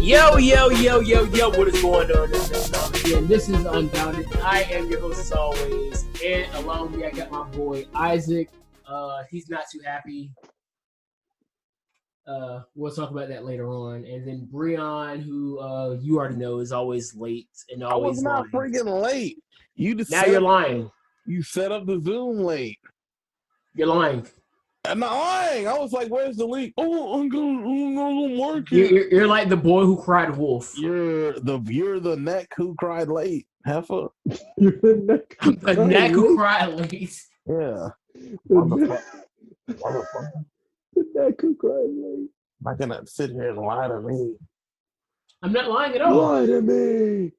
Yo, yo, yo, yo, yo, what is going on? This is Again, this is Unbounded. I am your host as always. And along with me, I got my boy Isaac. Uh, he's not too happy. Uh, we'll talk about that later on. And then Breon, who uh, you already know is always late and I always was not lying. freaking late. You just Now set- you're lying. You set up the Zoom late. You're lying. I'm not lying. I was like, "Where's the link?" Oh, I'm going. I'm going to mark You're, it. you're, you're like the boy who cried wolf. You're the you're the neck who cried late. Heifer. You're the neck. The neck who cried late. Yeah. The neck, Motherfucker. the neck who cried Not gonna sit here and lie to me. I'm not lying at late. all. Lie to me.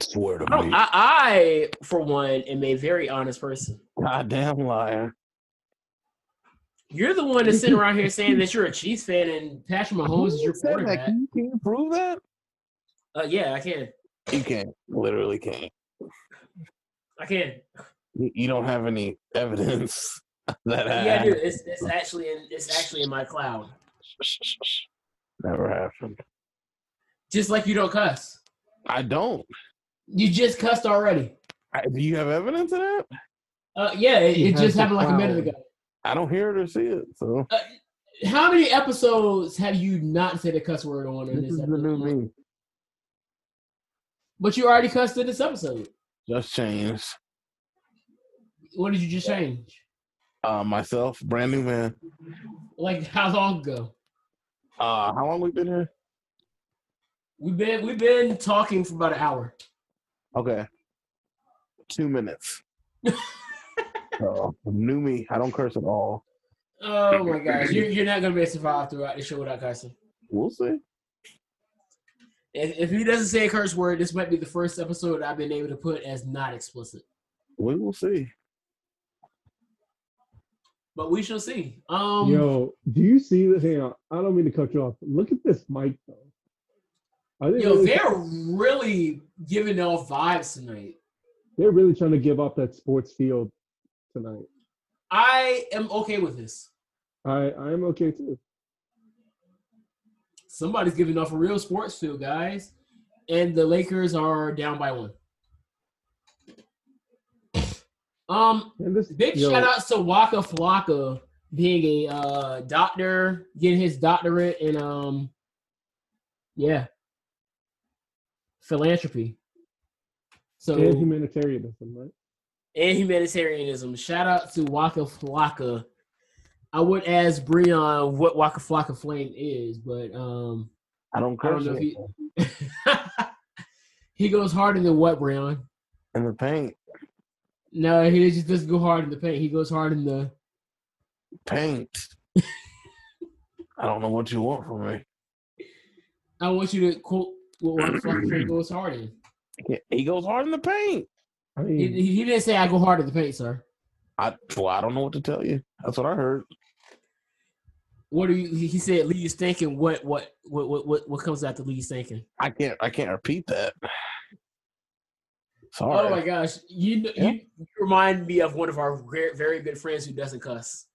Swear to I, don't- Oh, I, I, for one, am a very honest person. Goddamn liar. You're the one that's sitting around here saying that you're a Chiefs fan and Patrick Mahomes is your Who said that? quarterback. Can you, can you prove that? Uh, yeah, I can. You can't. Literally can't. I can. You, you don't have any evidence that Yeah, I do. happened. It's, it's actually in it's actually in my cloud. Never happened. Just like you don't cuss. I don't. You just cussed already. I, do you have evidence of that? Uh, yeah, it, He it has just the happened like a minute cloud. ago. I don't hear it or see it. So Uh, how many episodes have you not said a cuss word on in this this, is the episode? new me. But you already cussed in this episode. Just changed. What did you just change? Uh, myself, brand new man. Like how long ago? Uh, how long we been here? We've been we've been talking for about an hour. Okay, two minutes. So, new me. I don't curse at all. Oh my gosh, you're, you're not gonna be able to survive throughout the show without cussing. We'll see. If, if he doesn't say a curse word, this might be the first episode I've been able to put as not explicit. We will see. But we shall see. Um, Yo, do you see this? Hang on. I don't mean to cut you off. Look at this mic though. I think yo, really- they're really giving off vibes tonight. they're really trying to give up that sports field tonight. I am okay with this. I I'm okay too. Somebody's giving off a real sports feel, guys, and the Lakers are down by one. Um, And this Big yo, shout outs to Waka Flocka being a uh, doctor, getting his doctorate and um, yeah, philanthropy. So and humanitarianism, right? and humanitarianism. Shout out to Waka Flocka. I would ask Breon what Waka Flocka Flame is, but um, I don't I don't curse know if at he all. he goes harder than what Breon. in the paint. No, he just doesn't go hard in the paint. He goes hard in the Paint. I don't know what you want from me. I want you to quote what Waka Flocka Flame goes hard in. Yeah, He goes hard in the paint. I He, mean, he didn't say I go hard in the paint, sir. I well, I don't know what to tell you. That's what I heard. What are you? He he said Lee's thinking. What what what what what, what comes out the Lee's thinking? I can't. I can't repeat that. Sorry. Oh my gosh, you kn- Yeah. you, you remind me of one of our very, very good friends who doesn't cuss.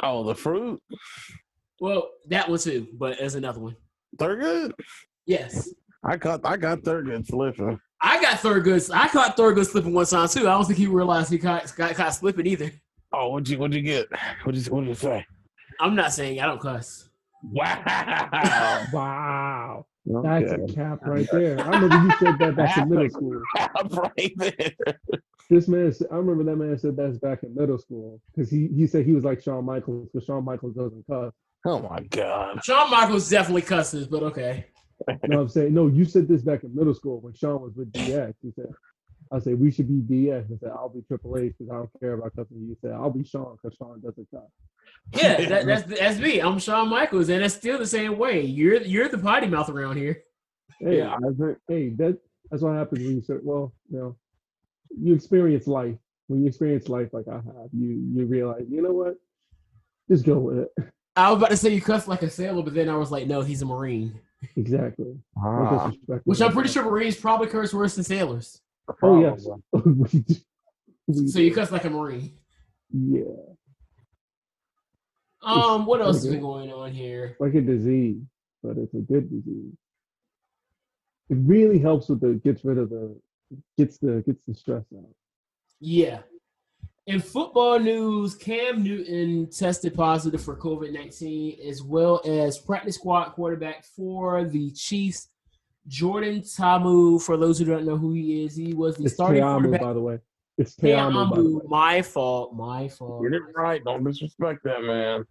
Oh, the fruit. Well, that one too, but there's another one. They're good. Yes, I got I got Thurgood slipping. I got Thurgood. I caught Thurgood slipping one time too. I don't think he realized he caught got caught slipping either. Oh, what'd you what'd you get? What'd you what'd you say? I'm not saying I don't cuss. Wow. wow. That's okay. a cap right there. I remember you said that back in middle school. Stop right there. This man, said- I remember that man said that's back in middle school because he, he said he was like Shawn Michaels, but Shawn Michaels doesn't cuss. Oh my god. Shawn Michaels definitely cusses, but okay. You know what I'm saying? No, you said this back in middle school when Shawn was with DX. You said, I said, we should be DX. I said, I'll be Triple H because I don't care about cussing. You said, I'll be Shawn because Shawn doesn't cuss. Yeah, that, that's that's me. I'm Shawn Michaels, and it's still the same way. You're you're the potty mouth around here. Hey, Yeah, Isaac. hey, that, that's what happens when you say, well, you know, you experience life. When you experience life like I have, you you realize, you know what? Just go with it. I was about to say you cuss like a sailor, but then I was like, no, he's a marine. Exactly. Don't Ah, disrespect Which me. I'm pretty sure Marines probably curse worse than sailors. Oh, yes. probably. We do- we So you do. cuss like a Marine. yeah, Um, what else has been going on here? like a disease. but it's a good disease. It really helps with the gets rid of the gets the gets the stress out. Yeah. In football news, Cam Newton tested positive for COVID 19, as well as practice squad quarterback for the Chiefs, Jordan Tamu. For those who don't know who he is, he was the It's starting Teamu, quarterback. by the way. It's Teamu, by the way. Teamu, my fault, my fault. Get it right. Don't disrespect that man.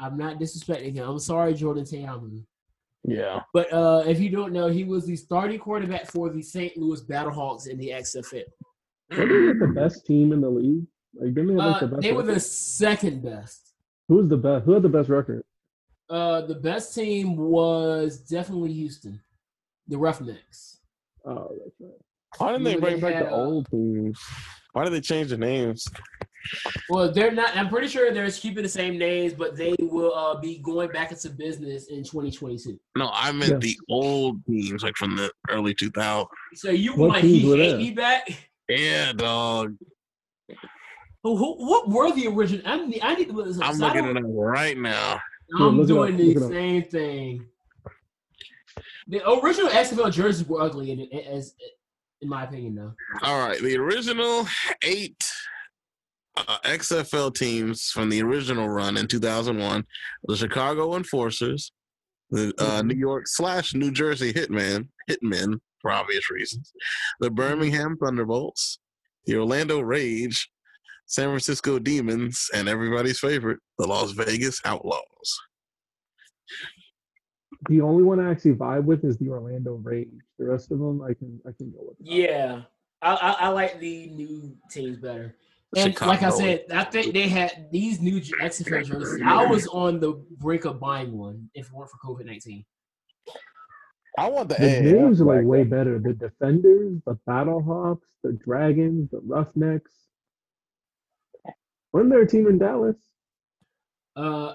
I'm not disrespecting him. I'm sorry, Jordan Teamu. Yeah. But uh, if you don't know, he was the starting quarterback for the St. Louis Battlehawks in the XFL. Were they like the best team in the league? Like, didn't they have like, Uh, the best? they were record? the second best. Who was the best? Who had the best record? Uh, the best team was definitely Houston, the Roughnecks. Oh, that's right. Why didn't they They bring back had, the uh, old teams? Why did they change the names? Well, they're not. I'm pretty sure they're keeping the same names, but they will uh, be going back into business in 2022. No, I meant Yeah. the old teams, like from the early 2000s. So you What want teams he were hate there? me back? Yeah, dog. Who, who, what were the original? I need, I need to look this up. I'm So I looking don't- it up right now. Yeah, I'm look it up, doing look the it up. same thing. The original XFL jerseys were ugly, in, as in my opinion, though. All right, the original eight uh, XFL teams from the original run in 2001: the Chicago Enforcers, the uh, New York slash New Jersey Hitman, Hitmen for obvious reasons, the Birmingham Thunderbolts, the Orlando Rage, San Francisco Demons, and everybody's favorite, the Las Vegas Outlaws. The only one I actually vibe with is the Orlando Rage. The rest of them, I can I can go with. Yeah, I, I, I like the new teams better. And like I Chicago. said, I think they had these new J- XFL jerseys. I was on the brink of buying one if it weren't for COVID nineteen. I want the, The AAF names are like back. way better. The Defenders, the Battlehawks, the Dragons, the Roughnecks. Wasn't there a team in Dallas? Uh,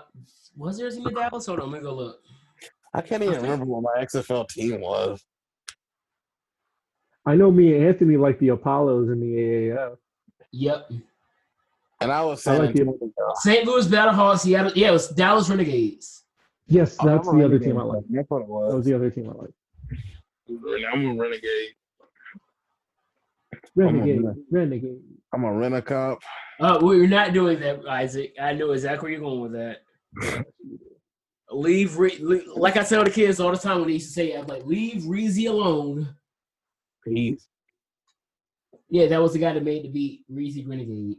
was there a team in Dallas? Hold on, I'm gonna go look. I can't even remember what my XFL team was. I know me and Anthony like the Apollos in the AAF. Yep, And I was I saying, like the St. Louis Battlehawks. Seattle. Yeah, it was Dallas Renegades. Yes, Oh, that's I'm a the other renegade. team I like. That's what it was. That was the other team I like. I'm a renegade. on, Renegade, man. Renegade. I'm a rent a cop. Uh, well, you're not doing that, Isaac. I know exactly where you're going with that. Leave, Re- le- like I tell the kids all the time when they used to say, "I'm like, leave Reezy alone." Yeah, that was the guy that made the beat Reezy Renegade.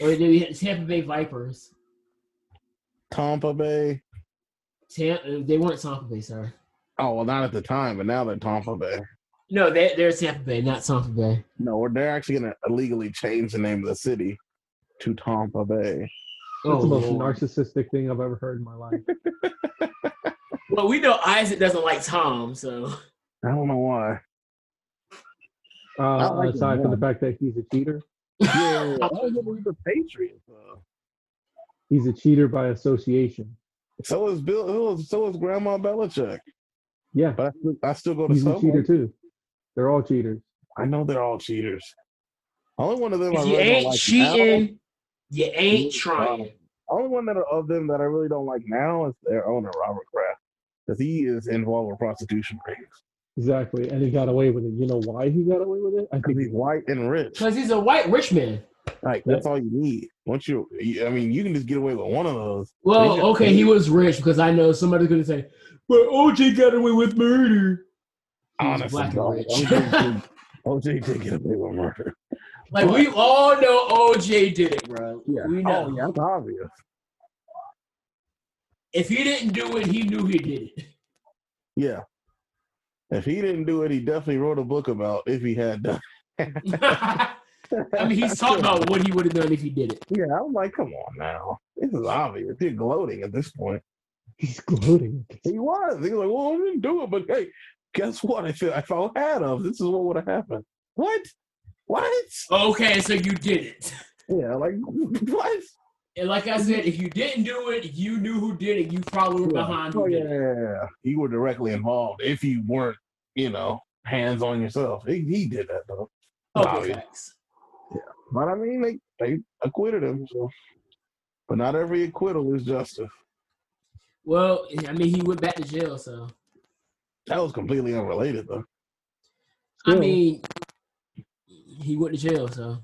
Or then we had Tampa Bay Vipers. Tampa Bay. Tam- uh, they weren't Tampa Bay, sorry. Oh well, not at the time, but now they're Tampa Bay. No, they, they're Tampa Bay, not Tampa Bay. No, or they're actually going to illegally change the name of the city to Tampa Bay. Oh, That's the most Lord. narcissistic thing I've ever heard in my life. well, we know Isaac doesn't like Tom, so I don't know why. Uh, like aside him, from the yeah. fact that he's a cheater, Yeah, I don't remember the Patriots. Though. he's a cheater by association. So is Bill. So is, so is Grandma Belichick. Yeah, But I still, I still go to he's a cheater Subway. too. They're all cheaters. I know they're all cheaters. Only one of them. I if you really don't ain't like now- cheating, you ain't trying. only one that are of them that I really don't like now is their owner, Robert Kraft, because he is involved with prostitution rings. Exactly, and he got away with it. You know why he got away with it? I Because think he's white and rich. Because he's a white rich man. Like that's all you need. Once you, you- I mean, you can just get away with one of those. Well, just- okay, he was rich because I know somebody's going to say, but OJ got away with murder. He was Honestly, black and dog, rich. OJ, did, OJ did get away with murder. Like, we all know OJ did it, bro. Yeah. We know. Oh, yeah, that's obvious. If he didn't do it, he knew he did it. Yeah. If he didn't do it, he definitely wrote a book about if he had done. I mean, he's talking about what he would have done if he did it. Yeah, I'm like, come on now. This is obvious. You're gloating at this point. he's gloating. He was. He was like, well, I didn't do it, but hey, guess what? If, if I had of, this is what would have happened. What? What? Okay, so you did it. Yeah, like what? And like I said, if you didn't do it, you knew who did it. You probably were behind Oh who did it. yeah, you were directly involved. If you weren't, you know, hands on yourself, he, he did that though. Oh, Couple Obvious. facts. But I mean, they they acquitted him. So. But not every acquittal is justice. Well, I mean, he went back to jail, so That was completely unrelated, though. I Yeah. mean, he went to jail, so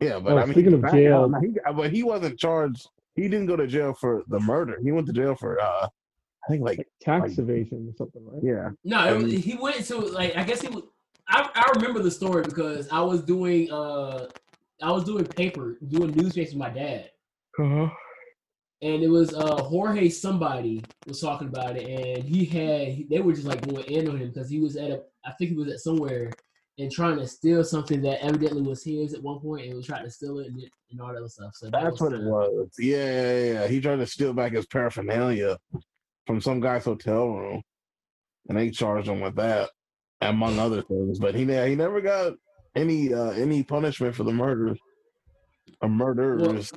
Yeah, but Oh, I mean, speaking of back jail- out, now, he- but he wasn't charged. He didn't go to jail for the murder. He went to jail for, uh, I think, like, Like tax evasion or something, right? yeah, no, it Um, was- he went to like I guess he was. I, I remember the story because I was doing uh I was doing paper doing newspapers with my dad, Uh-huh. and it was uh Jorge somebody was talking about it, and he had they were just like going in on him because he was at a I think he was at somewhere and trying to steal something that evidently was his at one point, and was trying to steal it and, and all that other stuff. So that that's what it uh, was. Yeah, yeah, yeah. He tried to steal back his paraphernalia from some guy's hotel room, and they charged him with that, among other things. But he ne- he never got any uh, any punishment for the murder. A murderers.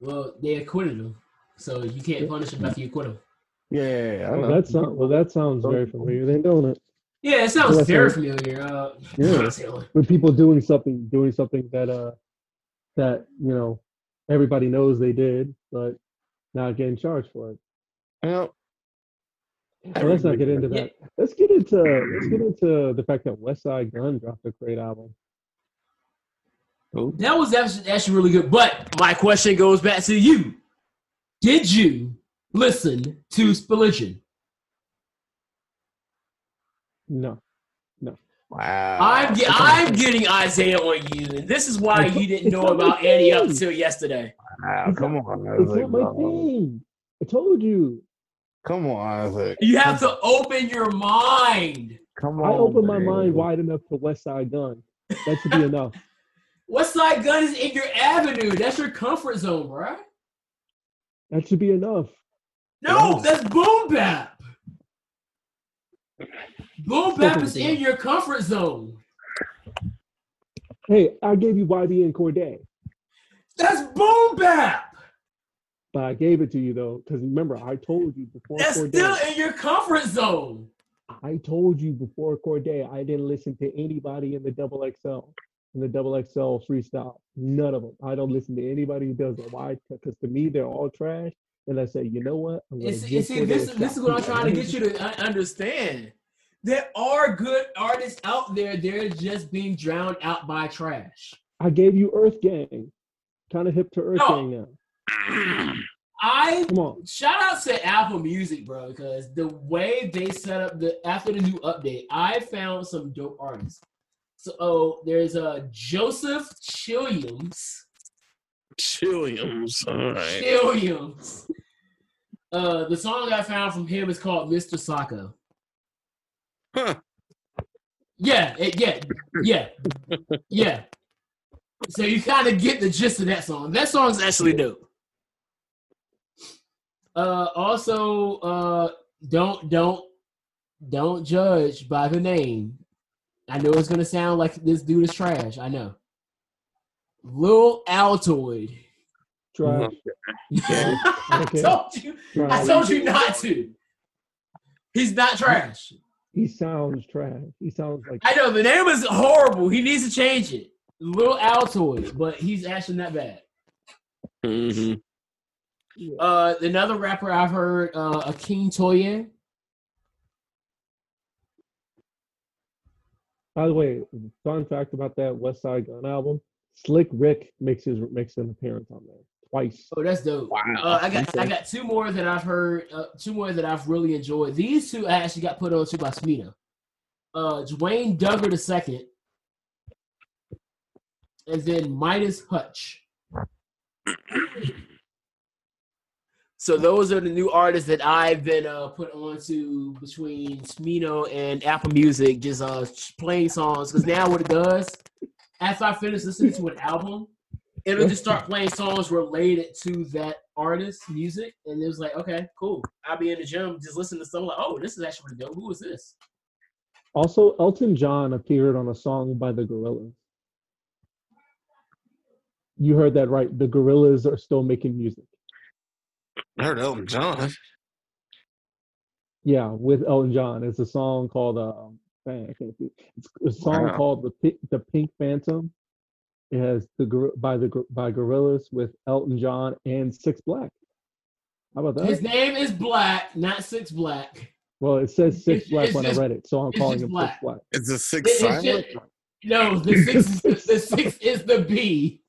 Well, they acquitted him, so you can't punish him after you acquit him. yeah, yeah, yeah, I Well, know. that sounds well. That sounds very familiar. They don't it. Yeah, it sounds Well, very so- familiar. Uh, Yeah. With people doing something, doing something that uh, that you know, everybody knows they did, but not getting charged for it. Well, Well, let's not get into Yeah. that. Let's get into let's get into the fact that West Side Gun dropped a great album. Oh. That was actually, actually really good. But my question goes back to you: Did you listen to Spilligion? No, Wow. I'm ge- I'm getting Isaiah on you, and this is why you didn't know about Annie up till yesterday. Wow, come on, it's Isaac. not my bro. thing. I told you. Come on, Isaac. You have to open your mind. Come on. I opened my man. mind wide enough to West Side Gun. That should be enough. West Side Gun is in your avenue. That's your comfort zone, right? That should be enough. No, No. that's boom bap. Boom bap is in your comfort zone. Hey, I gave you YB and Corday, That's boom bap. but I gave it to you though, because remember I told you before That's Corday. still in your comfort zone. I told you before Corday, I didn't listen to anybody in the double XL, in the double XL freestyle. None of them. I don't listen to anybody who does it. Why? Because to me, they're all trash. And I say, you know what? I'm gonna And see, give and see Corday this, a is- this shot. is what I'm trying to get you to un- understand. There are good artists out there. They're just being drowned out by trash. I gave you Earth Gang. Kind of hip to Earth No. Gang now. I Come on. shout out to Apple Music, bro, because the way they set up the after the new update, I found some dope artists. So oh, there's uh Joseph Chilliams. Chilliams. All right. Chilliams. Uh, the song I found from him is called Mr. Socko. Huh. Yeah, it, yeah, yeah, yeah. So you kind of get the gist of that song. That song's actually dope. Uh, also, uh, don't don't don't judge by the name. I know it's gonna sound like this dude is trash. I know. Lil Altoid. Trash. Yeah. I Okay. told you. I trash. told you not to. He's not trash. He sounds trash. He sounds like I know the name is horrible. He needs to change it. Little Altoid, but he's actually not bad. Mhm. Uh, another rapper I've heard, uh, Akeem Toye. By the way, fun fact about that West Side Gun album: Slick Rick makes his makes an appearance on there twice. Oh, that's dope. Wow. Uh, I got Okay. I got two more that I've heard, uh, two more that I've really enjoyed. These two I actually got put on to by Smita. Uh, Dwayne Duggar the second, and then Midas Hutch. So those are the new artists that I've been uh, put on to between Smino and Apple Music, just uh, playing songs. Because now what it does, after I finish listening to an album, it'll just start playing songs related to that artist's music, and it was like, okay, cool. I'll be in the gym, just listening to something like, oh, this is actually dope. Who is this? Also, Elton John appeared on a song by the Gorillas. You heard that right. The Gorillas are still making music. I heard Elton John. Yeah, with Elton John. It's a song called um, man, I can't see. It's a song Wow. called the Pi- the Pink Phantom. It has the Gor- by the Gor- by Gorillas with Elton John and Six Black. How about that? His name is Black, not Six Black. well, it says Six it's- Black it's when just- I read it, so I'm it's calling just him black. Six Black. It's a It- six it's sign. just- no, the six, is the, the six is the B.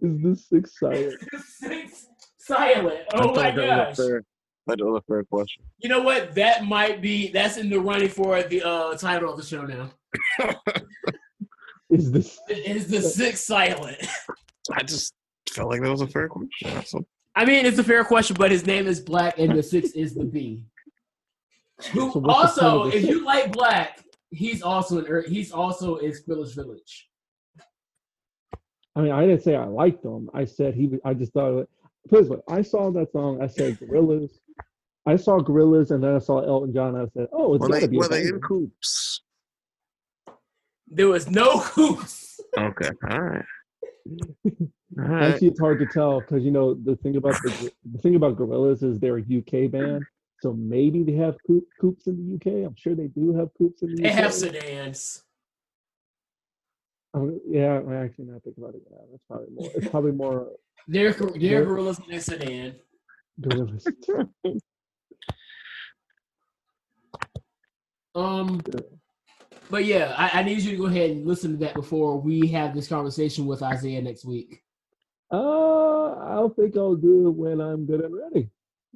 Is this Six Silent? The six silent. Oh my gosh! Oh. That was a fair question. You know what? That might be that's in the running for the uh, title of the show now. Is this? It is the six silent. I just felt like that was a fair question. That's all. I mean, it's a fair question, but his name is Black, and the six is the B. Who So what's the point also, of the if you like Black, he's also an Ur- he's also in Spillage Village. I mean, I didn't say I liked him. I said he. was- I just thought. Of it. Put it this way, I saw that song. I said Gorillas. I saw Gorillas, and then I saw Elton John. And I said, "Oh, it's Were gotta they, be." a were they in banger. coops? There was no hoops. Okay. All right. All right. Actually, it's hard to tell because you know the thing about the, the thing about Gorillas is they're a UK band, so maybe they have coop, coops in the UK. I'm sure they do have coops in the They UK. have sedans. Um, yeah, I'm actually not thinking about it. Yeah, that's probably more. It's probably more They're they're Yeah. gorillas in a sedan. Gorillas. Um, Yeah. but yeah, I, I need you to go ahead and listen to that before we have this conversation with Isaiah next week. uh, I think I'll do it when I'm good and ready.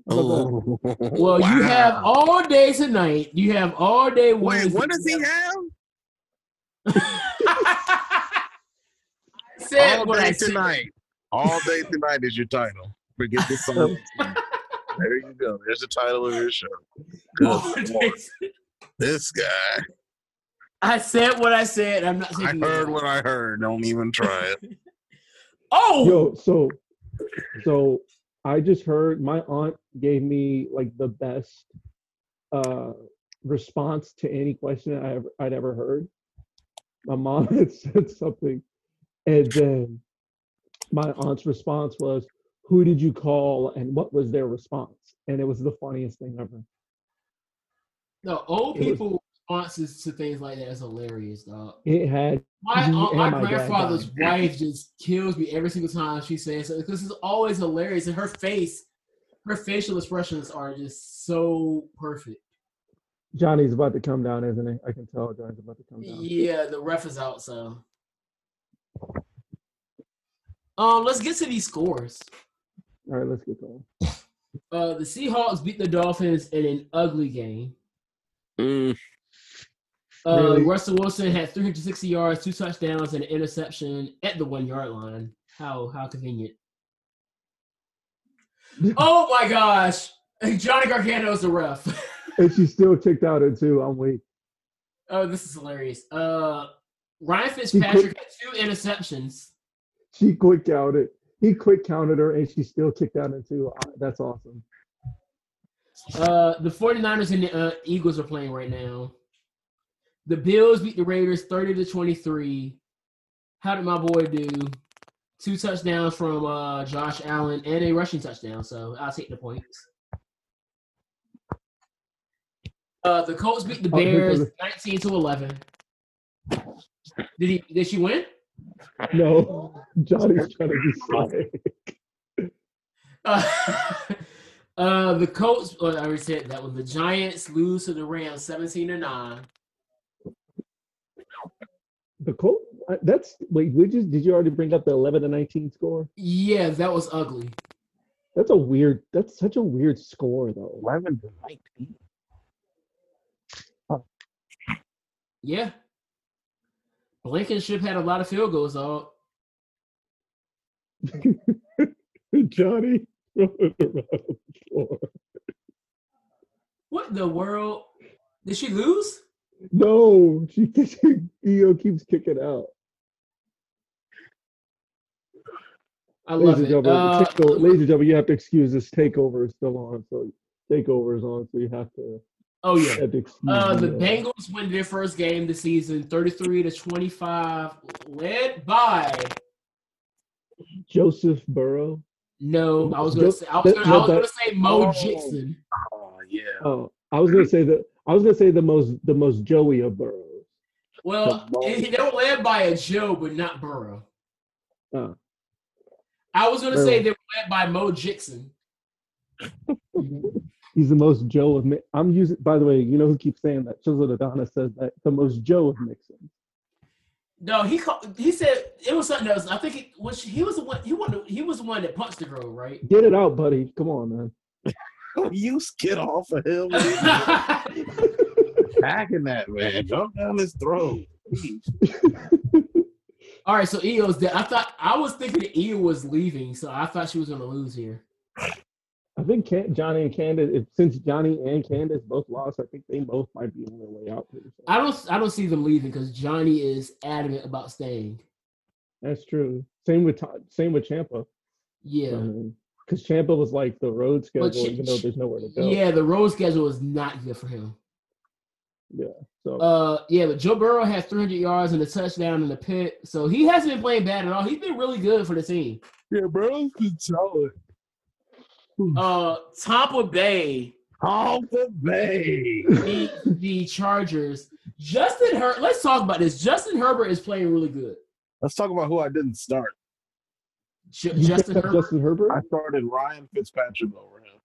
How about that? Oh. Well, you have all day tonight. You have all day. Wait, Wednesday. what does he have? I said all what day I said. tonight. All day tonight is your title. Forget the song. there you go. There's the title of your show. All Good day Lord, this guy. I said what I said. I'm not I taking it. heard what I heard. Don't even try it. Oh, Yo, so so I just heard my aunt gave me like the best uh response to any question I ever I'd ever heard. My mom had said something and then my aunt's response was, Who did you call and what was their response? And it was the funniest thing ever. no, old It was- people responses to things like that is hilarious, dog. It had My Me uh, my and my dad grandfather's died. wife just kills me every single time she says something because it's always hilarious, and her face, her facial expressions are just so perfect. Johnny's about to come down, isn't it? I can tell Johnny's about to come down. Yeah, the ref is out, so. Um, let's get to these scores. All right, let's get going. Uh, the Seahawks beat the Dolphins in an ugly game. Mm, Uh, Really? Russell Wilson had 360 yards, two touchdowns, and an interception at the one yard line. How how convenient. oh my gosh. Johnny Gargano is the ref. And she still kicked out at two. I'm weak. oh, this is hilarious. Uh, Ryan He Fitzpatrick had two interceptions. She quick counted. He quick counted her, and she still kicked out in two. Uh, That's awesome. Uh, the 49ers and the uh, Eagles are playing right now. The Bills beat the Raiders 30 to 23. How did my boy do? Two touchdowns from uh, Josh Allen and a rushing touchdown, so I'll take the points. Uh, the Colts beat the Oh, here goes Bears 19 to 11. Did he? Did she win? No, Johnny's trying to be sorry. Uh, uh, the Colts. Oh, I already said that one. The Giants lose to the Rams 17 to nine. The Colt. uh, That's wait. We just did you already bring up the 11 to 19 score? Yeah, that was ugly. That's a weird. That's such a weird score though. Eleven to nineteen. Yeah. Blankenship had a lot of field goals, though. Johnny. rolling around the floor. What in the world? Did she lose? No, she, she Eo keeps kicking out. I Ladies love it. and, gentlemen, Uh, the takeover, ladies and gentlemen, you have to excuse this takeover is still on, so takeover is on, so you have to, oh you yeah. have to excuse Uh, me, the Bengals win their first game this season, thirty-three to twenty-five, led by. Joseph Burrow. No, I was gonna say. I was gonna, I was gonna say Mo Jackson. Oh yeah. Oh, I was gonna say the I was gonna say the most the most Joey of Burrows. Well, Mo- they they were led by a Joe, but not Burrow. Oh. I was gonna say they were led by Mo Jixon. He's the most Joe of Mi- I'm using. By the way, you know who keeps saying that? Chisel Adana says that the most Joe of Mixon. No, he called, he said it was something else. I think he was he was the one he won he was the one that punched the girl, right? Get it out, buddy. Come on, man. you skid off of him attacking that man. Jump down his throat. All right, so Io's dead. I thought I was thinking that Io was leaving, so I thought she was gonna lose here. I think Can- Johnny and Candace. If, since Johnny and Candace both lost, I think they both might be on their way out. pretty soon. I don't I don't see them leaving because Johnny is adamant about staying. That's true. Same with Tom, same with Champa. Yeah. Because Champa was like the road schedule, But she- even though there's nowhere to go. Yeah, the road schedule is not good for him. So Uh, yeah, but Joe Burrow had 300 yards and a touchdown in the pit, so he hasn't been playing bad at all. He's been really good for the team. Yeah, bro's been solid. Uh, Tampa Bay Off the bay. beat the Chargers. Justin Herbert. Let's talk about this. Justin Herbert is playing really good. Let's talk about who I didn't start. Ju- you Justin picked up Herbert. Justin Herbert. I started Ryan Fitzpatrick over him.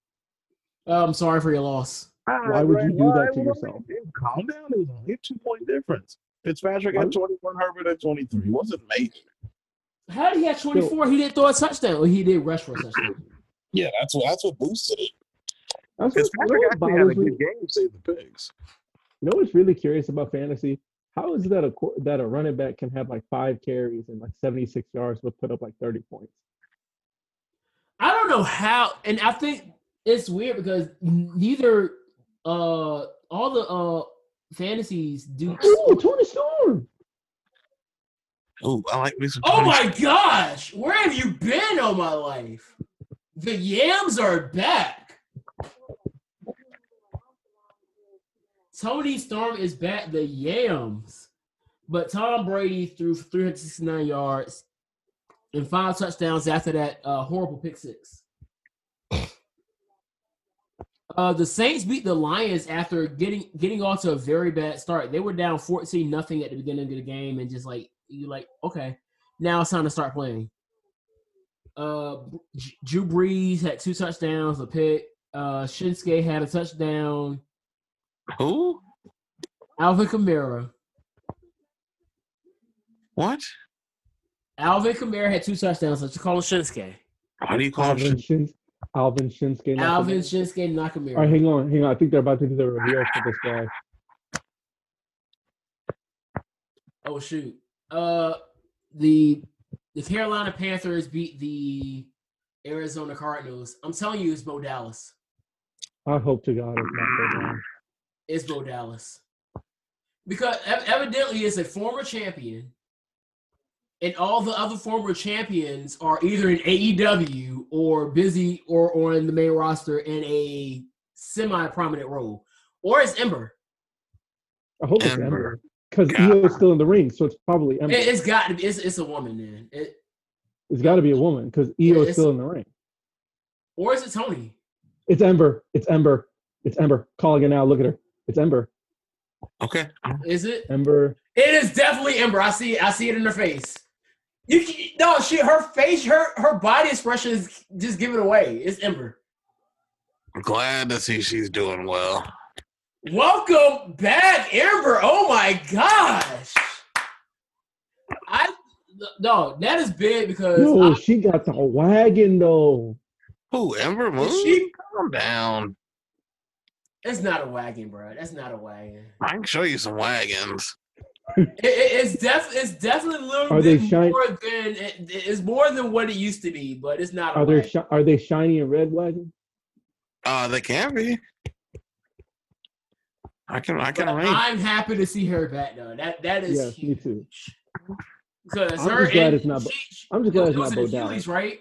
Oh, I'm sorry for your loss. Ah, Why would you do that to yourself? Calm down. It was only a two point difference. Fitzpatrick Why- at 21, Herbert at 23. It wasn't major. How did he have 24? He didn't throw a touchdown. Well, he did rush for a touchdown. Yeah, that's what that's what boosted it. That's what, you know Fitzpatrick what actually had a bothers me? good game, save the picks. You know what's really curious about fantasy? How is it that a quar- that a running back can have like five carries and like 76 yards but put up like 30 points? I don't know how, and I think it's weird because neither uh all the uh fantasies do. Ooh, Tony Storm. Oh, I like me some. Oh my gosh, where have you been all my life? The yams are back. Tony Storm is back. The yams, but Tom Brady threw for 369 yards and five touchdowns after that uh, horrible pick six. Uh, the Saints beat the Lions after getting getting off to a very bad start. They were down 14 nothing at the beginning of the game, and just like you like, okay, now it's time to start playing. Uh, J- Drew Brees had two touchdowns, a pick. Uh, Shinsuke had a touchdown. Who? Alvin Kamara. What? Alvin Kamara had two touchdowns. Let's just call him Shinsuke. How do you call Alvin him? Shins- Alvin Shinsuke. Nakamura. Alvin Shinsuke All right, Nakamura. hang on, hang on. I think they're about to do the reveal for this guy. Oh shoot. Uh, the the Carolina Panthers beat the Arizona Cardinals. I'm telling you, it's Bo Dallas. I hope to God it's not that bad. It's Bo Dallas. Because ev- evidently it's a former champion, and all the other former champions are either in AEW or busy or, or in the main roster in a semi prominent role. Or it's Ember. I hope it's Amber. Ember because God. Io's still in the ring, so it's probably Ember. It, has got to be, it's, it's a woman, man. It, it's got to be a woman because Io it's- is still in the ring. or is it Tony? It's Ember. It's Ember. It's Ember. Calling it now. Look at her. It's Ember. Okay. Is it? Ember. It is definitely Ember. I see it. I see it in her face. You can, no, she her face, her her body expression is just give it away. It's Ember. Glad to see she's doing well. Welcome back, Amber. Oh my gosh. I no, that is big because Yo, I- she got the wagon though. Who? Amber Moon? she- Calm down. it's not a wagon, bro. That's not a wagon. I can show you some wagons. It, it- it's def it's definitely a little Are they bit shine- more than it, it's more than what it used to be, but it's not a Are they wagon. shi- are they shiny and red wagon? Uh, they can be. I can. I But can arrange. I'm happy to see her back though. That that is Yes, me huge. too. Because I'm her just glad and- it's not Bo- she- I'm just it glad was- it's it was an not Bo Achilles, Dallas. right?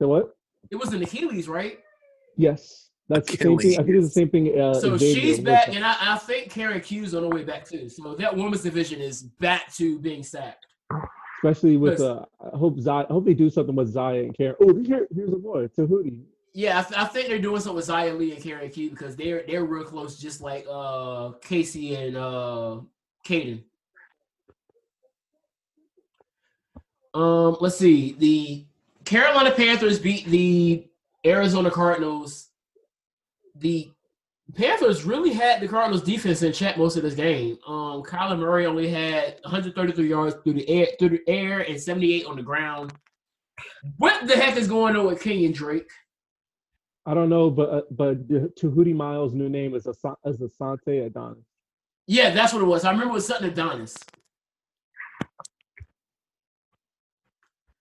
The what? It was an Achilles, right? Yes, that's the same thing. I think it's the same thing. Uh, So Xavier she's was back, saying. and I, I think Karen Q's on her way back too. So that women's division is back to being stacked. especially with. Yes. Uh, I hope Zaya, I hope they do something with Zaya and Karen. Oh, here, here's a boy, Tahuti. Yeah, I, th- I think they're doing something with Zaya Lee and Karen Q because they're they're real close, just like uh Casey and uh Caden. Um, let's see. The Carolina Panthers beat the Arizona Cardinals. The Panthers really had the Cardinals defense in check most of this game. Um, Kyler Murray only had 133 yards through the air, through the air, and 78 on the ground. What the heck is going on with Kenyon Drake? I don't know, but uh, but Tahuti Miles' new name is Asa- is Asante Adonis. Yeah, that's what it was. I remember it was something Adonis.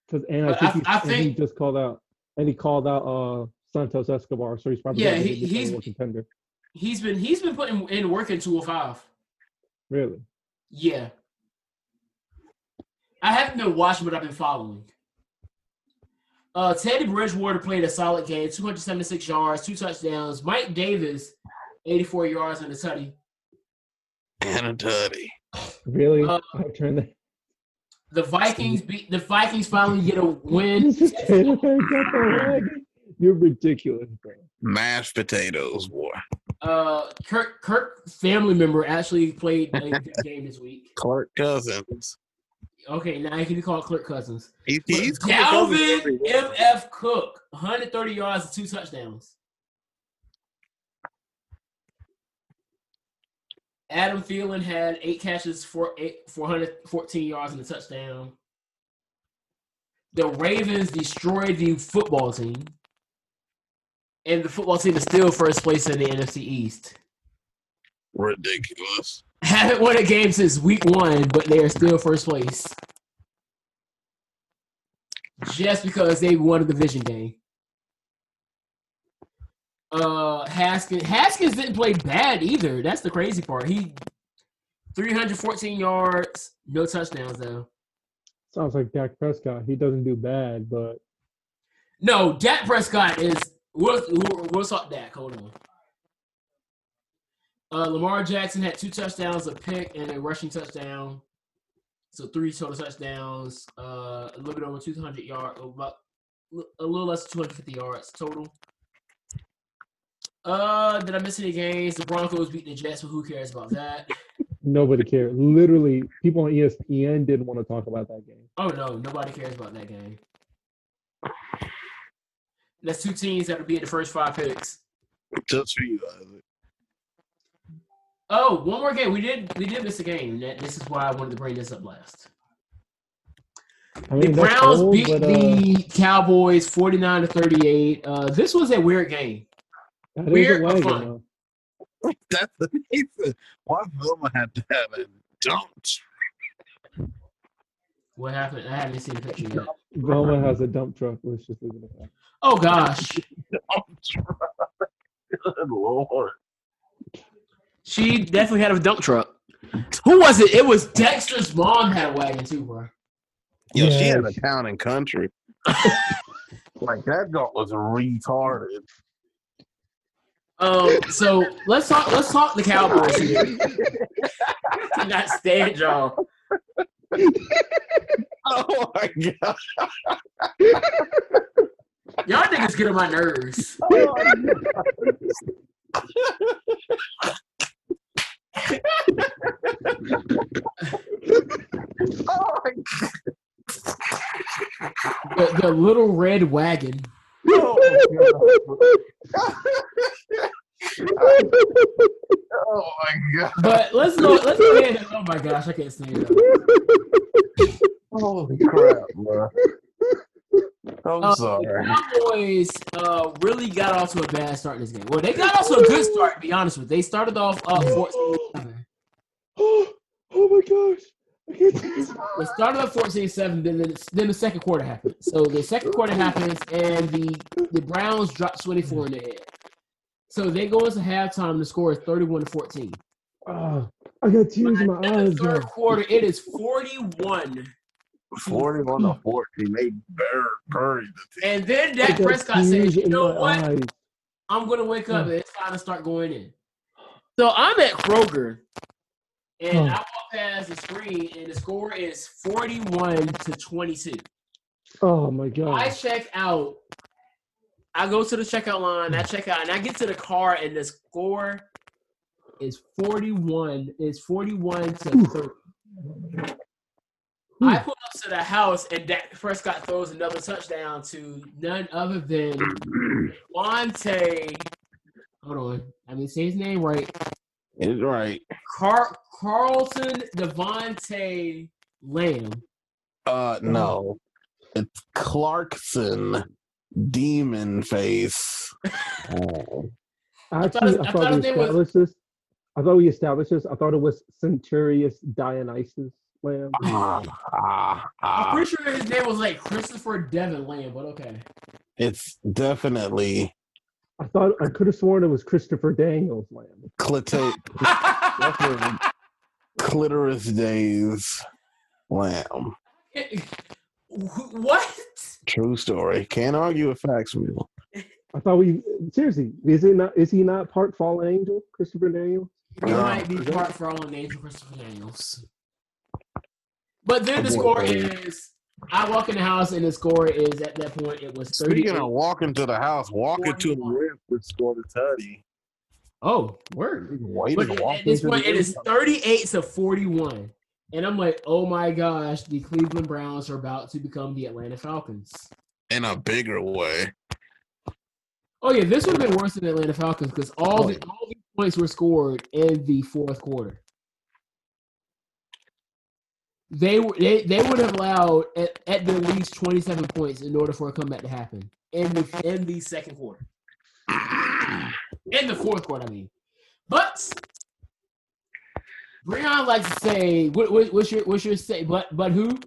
Because and I But I- think, he, I and he think- just called out and he called out uh Santos Escobar, so he's probably Yeah, not gonna he- get he's- a real contender. He's been he's been putting in work in 205. Really, Yeah. I haven't been watching, but I've been following. Uh, Teddy Bridgewater played a solid game 276 yards, two touchdowns. Mike Davis, 84 yards and a tutty. And a tutty. really, Uh, I turned that. The Vikings beat the Vikings finally get a win. This is Taylor Got the leg. You're ridiculous, bro. Mashed potatoes, boy. Uh, Kirk Kirk family member actually played a good game this week. Clark Cousins. Okay, now he can be called Kirk Cousins. He, he's Clark Cousins Dalvin everywhere. MF Cook, 130 yards and two touchdowns. Adam Thielen had eight catches for eight, 414 yards and a touchdown. The Ravens destroyed the football team. And the football team is still first place in the NFC East. Ridiculous. Haven't won a game since week one, but they are still first place. Just because they won a division game. Uh Haskins Haskins didn't play bad either. That's the crazy part. He 314 yards, no touchdowns though. Sounds like Dak Prescott. He doesn't do bad, but No, Dak Prescott is. We'll, we'll, we'll talk Dak. Hold on. Uh, Lamar Jackson had two touchdowns, a pick, and a rushing touchdown. So three total touchdowns, uh, a little bit over 200 yards, about a little less than 250 yards total. Uh, did I miss any games? The Broncos beat the Jets, but who cares about that? nobody cared. Literally, people on E ESPN didn't want to talk about that game. Oh no, nobody cares about that game. That's two teams that'll be in the first five picks. Just for you, Isaac. Oh, one more game. We did we did miss a game. That this is why I wanted to bring this up last. I The mean, that's Browns old, beat but, uh, the Cowboys 49 to 38. Uh, this was a weird game. that is a weird, but wagon, fun. though. That's the reason why Wilma had to have it. Don't. What happened? I haven't seen the picture yet. Velma has a dump truck. Let's just leave it at that. Oh gosh. Don't. Good Lord. She definitely had a dump truck. Who was it? It was Dexter's mom had a wagon too, bro. Yo, she had a Yes. town and country. like that girl was retarded. Um, so let's talk let's talk the Cowboys here. I cannot stand y'all. Oh my god. Y'all niggas get on my nerves. Oh my God. Oh my The, the little red wagon. Oh Oh my god. But let's go. Let's go ahead. and- Oh my gosh, I can't stand it. Oh, Holy crap, bro. I'm Uh, sorry. Cowboys uh, really got off to a bad start in this game. Well, they got off to a good start. To be honest with you, they started off uh, 14-7. oh my gosh. I can't take this. They started off 14-7. Then the, then the second quarter happened. So the second quarter happens, and the the Browns drop twenty four in the head. So they go into halftime. and The score is thirty one to fourteen. Ah, I got tears in my In eyes the third now. quarter, it is forty one. 41 to 14. They bur- buried the team. And then I Dak got Prescott says, tears "You in know my what? eyes. I'm gonna wake up and it's time to start going in. Hmm. So I'm at Kroger, Hmm. and I Huh. walk past the screen, and the score is 41 to 22. Oh my I god. check out. I go to the checkout line. I check out, and I get to the car, and the score is 41. Is 41 to 30. I pull up to the house and Dak Prescott throws another touchdown to none other than Devontae. Hold on. I mean, say his name right. It's right. Car- Carlton Devontae Lamb. Uh, no, it's Clarkson, Demon Face. Oh. I thought his- Actually, I I thought thought his we name was- established this. I thought we established this. I thought it was Centurius Dionysus Lamb. Ah, ah, I'm ah. pretty sure his name was like Christopher Devin Lamb, but okay. It's definitely I thought I could have sworn it was Christopher Daniels Lamb. clito- definitely clitoris days lamb. what? True story. Can't argue with facts, people. I thought we seriously is it not is he not part fallen angel Christopher Daniels? He Uh, might be part fallen angel Christopher Daniels. But then the Boy, score boy. is I walk in the house and the score is at that point it was thirty. Speaking of walking to the house, walking to the 41. rift would score the tutty. Oh, word. Wait, But at this point, it is 38 to 41. And I'm like, oh my gosh, the Cleveland Browns are about to become the Atlanta Falcons. in a bigger way. Oh yeah, this would have been worse than the Atlanta Falcons because all Oh, the all the points were scored in the fourth quarter. They were they, they would have allowed at, at the least 27 points in order for a comeback to happen in the in the second quarter. In the fourth quarter, I mean. But Breon likes to say, what, what, what's your what's your say? But but who?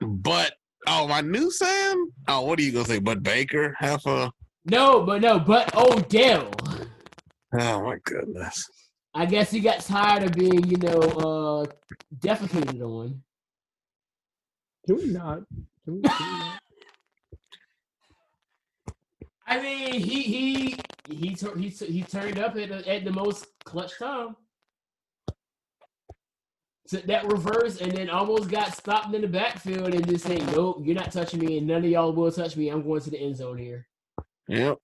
But oh, my new Sam. Oh, what are you gonna say? But Baker, half a. No, but no, but Odell. Oh my goodness. I guess he got tired of being, you know, uh defecated on. Can we not? Can we, can we not? I mean, he he he tur- he, tur- he turned up at, the- at the most clutch time. So that reverse and then almost got stopped in the backfield and just saying, "Nope, you're not touching me, and none of y'all will touch me. I'm going to the end zone here." Yep.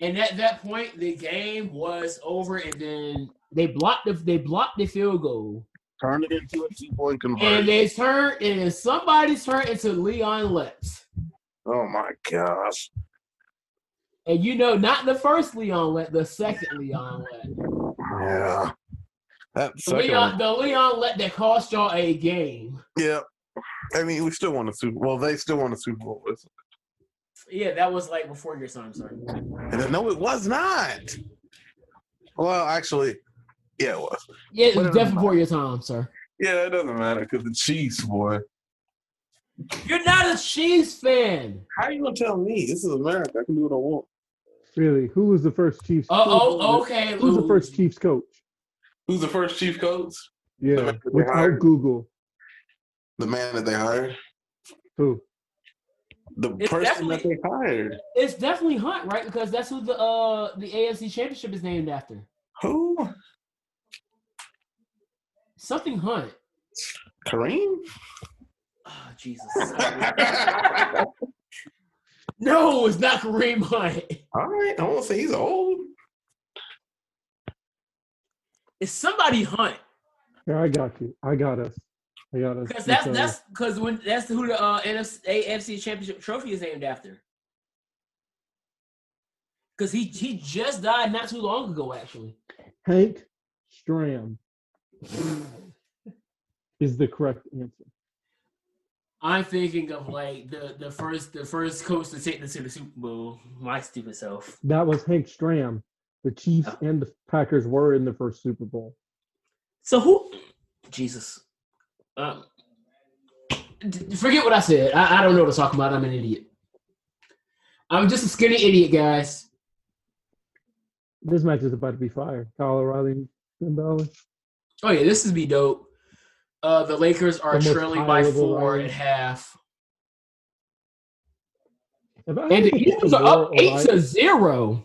And at that point, the game was over. And then they blocked the they blocked the field goal, Turn it into a two point and conversion. they turned and somebody turned into Leon Letts. oh my gosh. And you know, not the first Leon Lett, the second Leon Lett. Yeah. That The second. Leon, One, the Leon Lett that cost y'all a game. yeah. I mean, we still won a Super. Well, they still won a Super Bowl. It's- Yeah, that was like before your time, sorry. and uh, no, it was not. Well, actually, yeah, it was. Yeah, it was Whatever. definitely before your time, sir. Yeah, it doesn't matter because the Chiefs, boy. You're not a Chiefs fan. How you gonna tell me? This is America. I can do what I want. Really, who was the first Chiefs? Uh oh, coach? okay. Who's the Lou. first Chiefs coach? Who's the first chief coach? Yeah, man that they without hired. Google, The man that they hired. who? The It's person that definitely- they hired. It's definitely Hunt, right? Because that's who the uh the AFC championship is named after. Who? Something Hunt. Kareem? Oh, Jesus. no, it's not Kareem Hunt. All right. I won't say he's old. It's somebody Hunt. Here, I got you. I got us. I got us. Because that's Because- that's because when that's who the uh, NFC, AFC Championship trophy is named after. Because he he just died not too long ago, actually. Hank Stram is the correct answer. I'm thinking of like the the first the first coach to take this to the Super Bowl. My stupid self. That was Hank Stram. The Chiefs and the Packers were in the first Super Bowl. So who? Jesus. Um, d- forget what I said. I, I don't know what to talk about. I'm an idiot. I'm just a skinny idiot, guys. This match is about to be fire. Kyle O'Reilly, Finn Balor. Oh yeah, this is be dope. Uh, the Lakers are The most trailing by high-level four rival. at half. If I had And the to think of Eagles a are up more eight to O'Reilly- zero.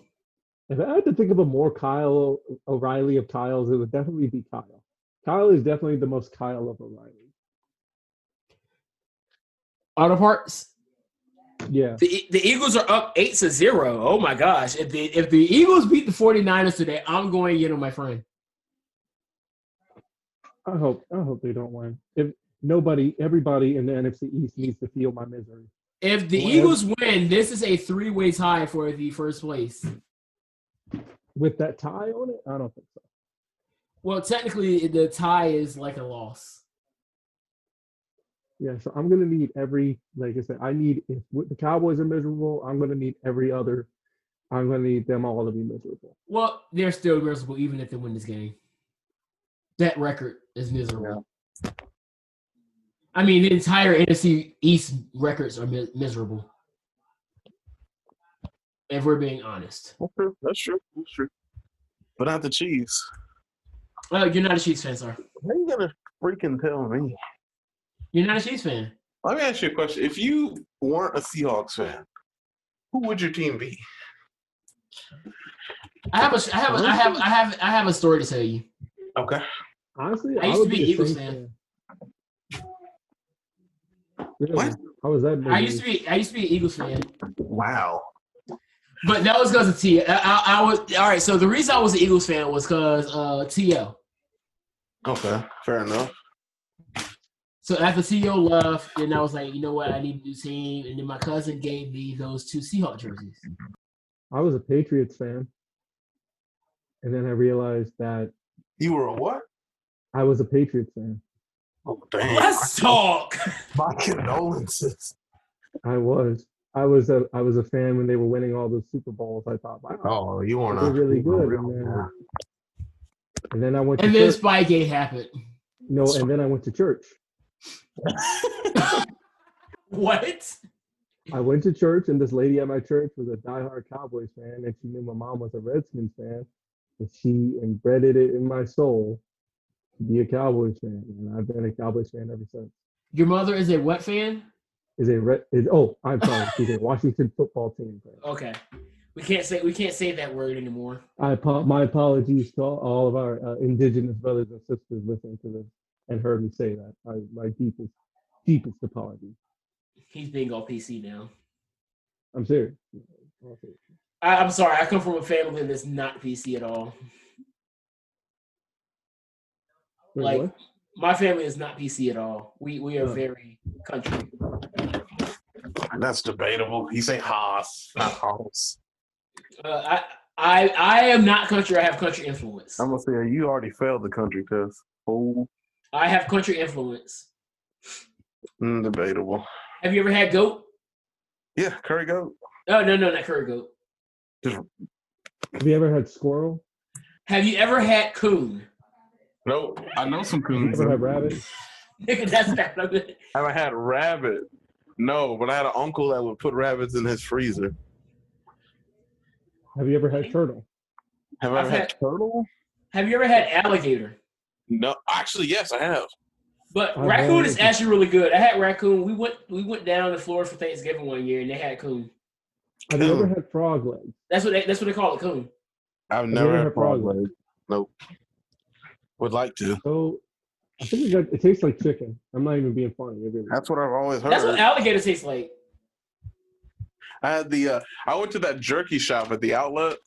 If I had to think of a more Kyle O'Reilly of Kyles, it would definitely be Kyle. Kyle is definitely the most Kyle of O'Reilly. Auto parts. Yeah. The, E- the Eagles are up eight to zero. Oh my gosh. If the if the Eagles beat the 49ers today, I'm going, you know, my friend. I hope I hope they don't win. If nobody, everybody in the NFC East needs to feel my misery. If the Well- Eagles win, this is a three-way tie for the first place. With that tie on it, I don't think so. Well, technically, the tie is like a loss. Yeah, so I'm gonna need every, like I said, I need if with the Cowboys are miserable, I'm gonna need every other. I'm gonna need them all to be miserable. Well, they're still miserable even if they win this game. That record is miserable. I mean, the entire NFC East records are mi- miserable. If we're being honest, That's true. That's true. That's true. But not the Chiefs. well, you're not a Chiefs fan, sir. How you gonna freaking tell me? You're not a Chiefs fan. Let me ask you a question. If you weren't a Seahawks fan, who would your team be? I have a, I have, a, I have, I have, I have a story to tell you. Okay. Honestly, I used would to be an the Eagles Saints fan. Really? What? How was that? I used to be, I used to be an Eagles fan, Wow. but that was because of T. I, I, I was all right. So the reason I was an Eagles fan was because uh, T.O. Okay. Fair enough. So after T.O. E left, then I was like, you know what, I need a new team, and then my cousin gave me those two Seahawks jerseys. I was a Patriots fan, and then I realized that You were a what? I was a Patriots fan. Oh, damn. Let's talk. My condolences. I was. I was a I was a fan when they were winning all those Super Bowls. I thought, wow. Oh, you weren't They're a- really you were a real good, man. fan. And then I went to And then church. Spygate happened. No, and then I went to church. What? I went to church, and this lady at my church was a diehard Cowboys fan, and she knew my mom was a Redskins fan, and she embedded it in my soul to be a Cowboys fan, and I've been a Cowboys fan ever since. Your mother is a what fan? Is a red? Is, oh, I'm sorry. She's a Washington football team fan. Okay. We can't say we can't say that word anymore. I apo- my apologies to all- all of our uh, indigenous brothers and sisters listening to this and heard me say that. I, my deepest, deepest apologies. He's being all PC now. I'm serious. I, I'm sorry. I come from a family that's not PC at all. Wait, Like- what? My family is not PC at all. We we are Huh. very country. That's debatable. You say Haas, not Haas. Uh, I I I am not country. I have country influence. I'm gonna say you already failed the country test. Oh, I have country influence. mm, debatable. Have you ever had goat? Yeah, curry goat. Oh no no not curry goat. Have you ever had squirrel? Have you ever had coon? Nope. I know some Have you coons. ever had rabbit? Nigga, that's not a good. Have I had rabbit? No, but I had an uncle that would put rabbits in his freezer. Have you ever had turtle? Have I I've ever had, had- turtle? Have you ever had alligator? No, actually, yes, I have. But I've raccoon is always- actually really good. I had raccoon. We went we went down to Florida for Thanksgiving one year, and they had coon. Have you ever Coon. had frog legs? That's what they, that's what they call it, coon. I've you never ever had had frog frog legs. Nope. Would like to. So I think it, got, it tastes like chicken. I'm not even being funny. It really- That's what I've always heard. That's what alligator tastes like. I had the. Uh, I went to that jerky shop at the outlet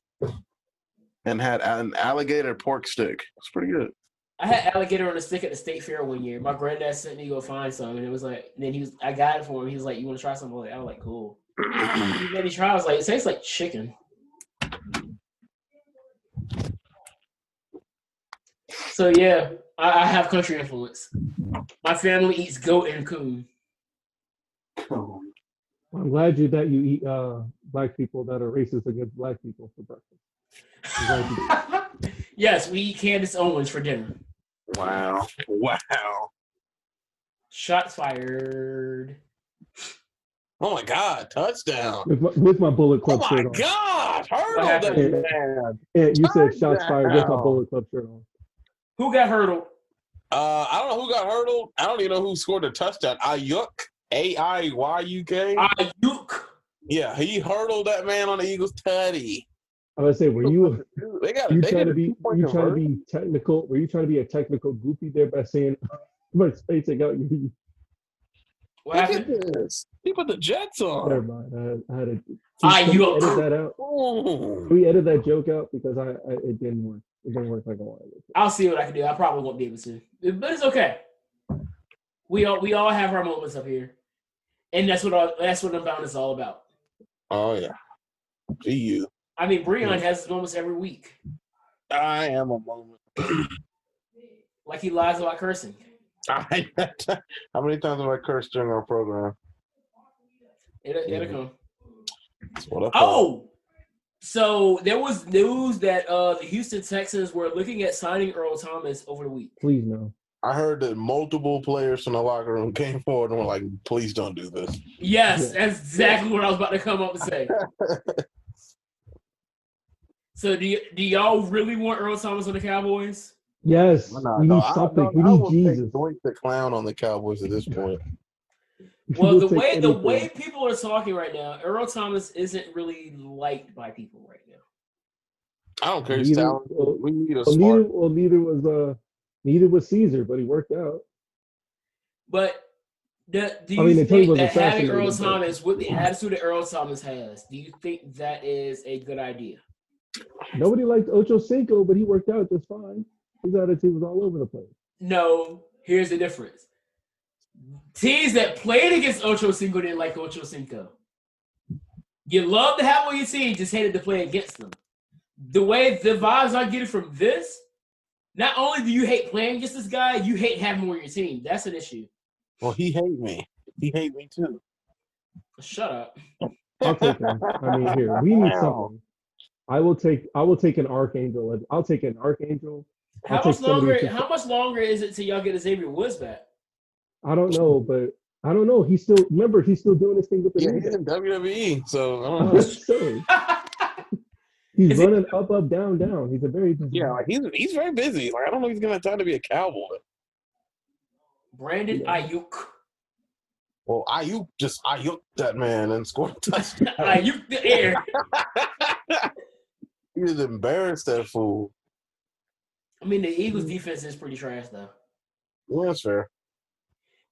and had an alligator pork stick. It's pretty good. I had alligator on a stick at the state fair one year. My granddad sent me to go find some, and it was like. And then he was, I got it for him. He was like, "You want to try something?" I was like, I was like, "Cool." He made me try. I was like, "It tastes like chicken." So yeah, I, I have country influence. My family eats goat and coon. I'm glad you that you eat uh, black people that are racist against black people for breakfast. I'm glad you do. yes, we eat Candace Owens for dinner. wow! Wow! Shots fired. Oh my God! Touchdown! With my, with my bullet club oh my shirt on. God! What Hurdle happened? that man. Yeah, you said shots fired with my Touchdown. bullet club shirt on. Who got hurdled? Uh, I don't know who got hurdled. I don't even know who scored the touchdown. Ayuk. A I Y U K. Ayuk. Yeah, he hurdled that man on the Eagles' tutty. I was gonna say, were you a- They got you they trying did to a be two-point you trying to conversion. be technical? Were you trying to be a technical goofy there by saying by spacing out? your- What Look happened? at this. He put the Jets Never on. mind. I, I had to. can- Ah, can you we a- edit that out. Boom. Can we edit that joke out because I, I it didn't work. It didn't work like I wanted. it to. I'll see what I can do. I probably won't be able to, but it's okay. We all we all have our moments up here, and that's what all, that's what Unbound is all about. Oh yeah. GU. I mean, Breon has his moments every week, I am a moment. like he lies about cursing. I, how many times have I cursed during our program? It, it'll Yeah. come. That's what I thought. Oh, so there was news that uh, the Houston Texans were looking at signing Earl Thomas over the week. Please no. I heard that multiple players from the locker room came forward and were like, please don't do this. Yes, that's exactly what I was about to come up and say. so do y- do y'all really want Earl Thomas on the Cowboys? Yes, Why not? we No, need I- something. no, we I need will take Jesus. Doink the clown on the Cowboys at this point. Well, We'll the take way the anything. way people are talking right now, Earl Thomas isn't really liked by people right now. I don't care. He's Neither- talented. We need a well, neither, smart. well, neither was uh, neither was Caesar, but he worked out. But the, do you I mean, the think tables that are having Earl fascinating, but- Thomas with the attitude that Earl Thomas has, do you think that is a good idea? Nobody liked Ocho Cinco, but he worked out just fine. His attitude was all over the place. No, here's the difference. Teams that played against Ocho Cinco didn't like Ocho Cinco. You love to have on your team, just hated to play against them. The way the vibes I get from this, not only do you hate playing against this guy, you hate having him on your team. That's an issue. Well, he hate me. He hate me too. Shut up. I'll take him. I mean, here we need something. I will take. I will take an archangel. I'll take an archangel. I'll How take much longer? somebody to- How much longer is it till y'all get Xavier Woods back? I don't know, but I don't know. He's still. Remember, he's still doing this thing with the. Yeah, knee. he's in WWE, so I Oh, don't know. that's silly. He's Is it- running up, up, down, down. He's a very busy yeah, man. like he's he's very busy. Like I don't know if he's gonna have time to be a cowboy. Brandon Ayuk. Well, Ayuk just Ayuk that man and scored a touchdown. Ayuk the air. he just embarrassed that fool. I mean, the Mm. Eagles' defense is pretty trash, though. Yeah, that's fair.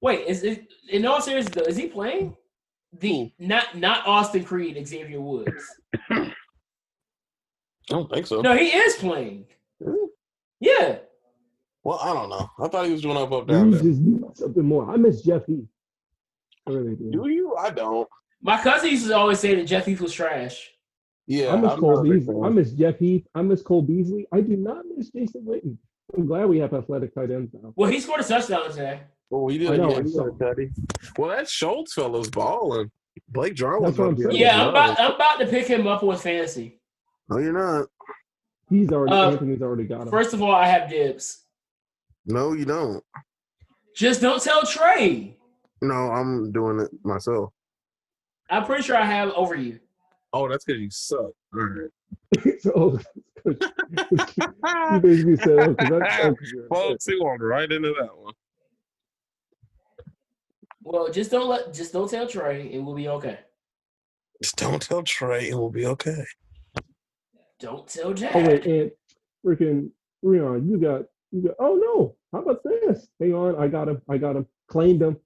Wait, is it in all seriousness though? Is he playing? The not not Austin Creed, Xavier Woods. I don't Oh. think so. No, he is playing. Really? Yeah, Well, I don't know. I thought he was doing up up down You there. just need something more. I miss Jeff Heath. I really do. Do you? I don't. my cousin used to always say that Jeff Heath was trash. Yeah, I miss I'm not Cole a big Beasley. fan. I miss Jeff Heath. I miss Cole Beasley. I do not miss Jason Witten. I'm glad we have athletic tight ends now. Well, he scored a touchdown today. Well, we I didn't know, get I him, saw. Teddy. Well, that Schultz fella's balling. Blake Jarwin's That's what gonna I'm be a saying. Yeah, I'm baller. about I'm about to pick him up with fantasy. No, you're not. He's already Uh, Anthony's already got him. First of all, I have dibs. No, you don't. Just don't tell Trey. No, I'm doing it myself. I'm pretty sure I have over you. Oh, that's because you suck. All right. so you basically said, oh, 'cause that's- oh, 'cause you're- Folks, he walked right into that one. Well, just don't let just don't tell Trey, and we'll be okay. Just don't tell Trey, and we'll be okay. Don't tell Jack. Oh wait, and freaking Rion, you got you got. Oh no, how about this? Hang on, I got him. I got him. Claimed him.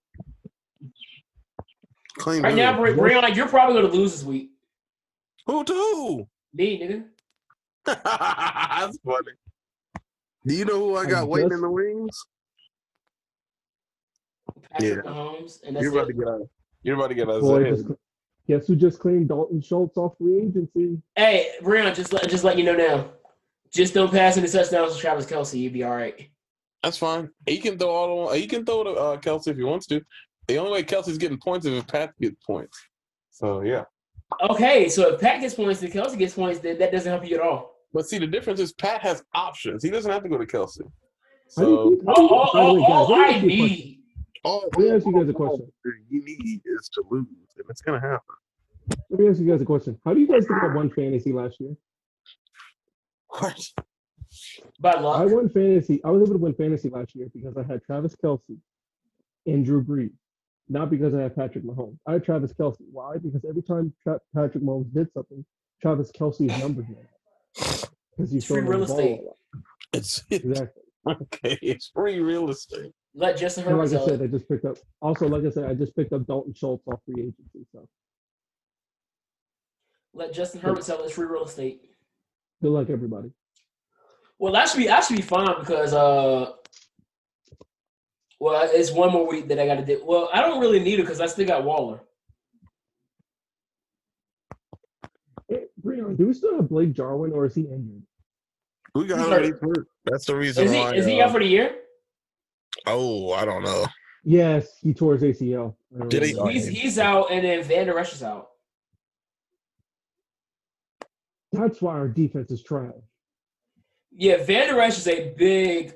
Claim right who? now, Bre- Breon, you're probably gonna lose this week. Who too? Me, nigga. that's funny. Do you know who I got I'm waiting just- in the wings? Patrick Mahomes, and that's You're about to it. get out. You're about to get Boy, Isaiah. just, guess who just claimed Dalton Schultz off free agency? Hey, Breon, just let just let you know now. Just don't pass any touchdowns to Travis Kelsey. You'd be all right. That's fine. He can throw all the. He can throw to uh, Kelsey if he wants to. The only way Kelsey's getting points is if Pat gets points. So yeah. Okay, so if Pat gets points and Kelsey gets points, then that doesn't help you at all. But see, the difference is Pat has options. He doesn't have to go to Kelsey. How So do oh, you think- All, all, By the way, all, all guys, let me I need, all, ask you a question. Let me ask you oh, guys a question. you need is to lose, and it's gonna happen. Let me ask you guys a question. How do you guys think I won fantasy last year? What? by I luck, won fantasy. I was able to win fantasy last year because I had Travis Kelsey and Drew Brees, not because I had Patrick Mahomes. I had Travis Kelsey. Why? Because every time Tra- Patrick Mahomes did something, Travis Kelsey's numbers went up because he's It's free throwing real the ball. estate. a lot. It's Exactly. okay. It's free real estate. let Justin And Herbert like I tell said, it. I just picked up. Also, like I said, I just picked up Dalton Schultz off free agency. So Let Justin Herbert sell his free real estate. good luck, everybody. Well, that should be that should be fine because uh, Well, it's one more week that I got to do. Well, I don't really need it because I still got Waller. Hey, Eh, Breon, do we still have Blake Jarwin or is he injured? We got He's already hurt. hurt. That's the reason Is he why. is he uh, out for the year? oh, I don't know. Yes, he tore his ACL. I don't Did he- remember. He's he's out, and then Van Der Esch is out. That's why our defense is trash. Yeah, Van Der Esch is a big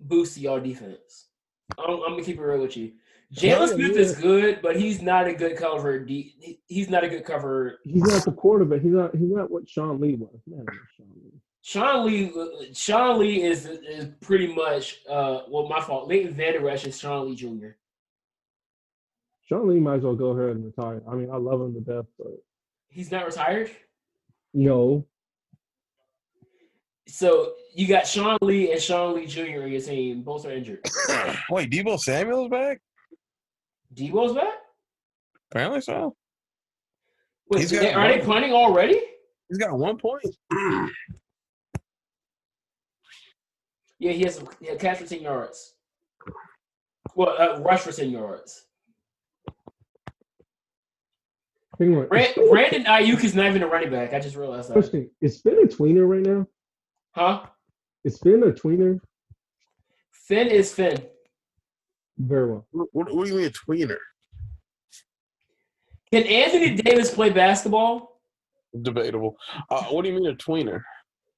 boost to y'all defense. I'm, I'm gonna keep it real with you. Yeah, Jalen Smith is yeah. good, but he's not a good cover. De- he- he's not a good cover. He's not the quarterback. He's not. He's not what Sean Lee was. Man, Sean Lee. Sean Lee, Sean Lee is is pretty much uh well my fault. Leighton Van Der Esch is Sean Lee Jr. Sean Lee might as well go ahead and retire. I mean, I love him to death, but He's not retired, no, so you got Sean Lee and Sean Lee Jr. on your team. Both are injured. Wait, Debo Samuel's back? Debo's back. Apparently so. Wait, He's do got they- are they one. punting already? He's got one point. Yeah, he has a, he had catch for ten yards. Well, uh, rush for ten yards. hang on. Brand, Brandon Ayuk is not even a running back. I just realized that. Question: Is Finn a tweener right now? Huh? Is Finn a tweener? Finn is Finn. Very well. What, what, what do you mean a tweener? Can Anthony Davis play basketball? Debatable. Uh, what do you mean a tweener?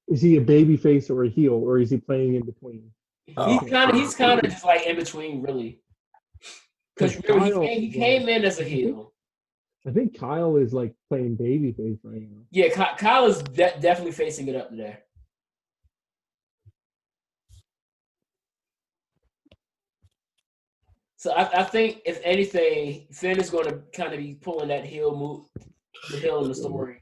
Is he a baby face or a heel, or is he playing in between? Oh. He's kind of he's kind of just like in between, really. Because remember, he Kyle- came, he came in as a heel. I think Kyle is like playing baby face right now. Yeah, Ky- Kyle is de- definitely facing it up there. So I, I think if anything, Finn is going to kind of be pulling that heel move, the heel in the story.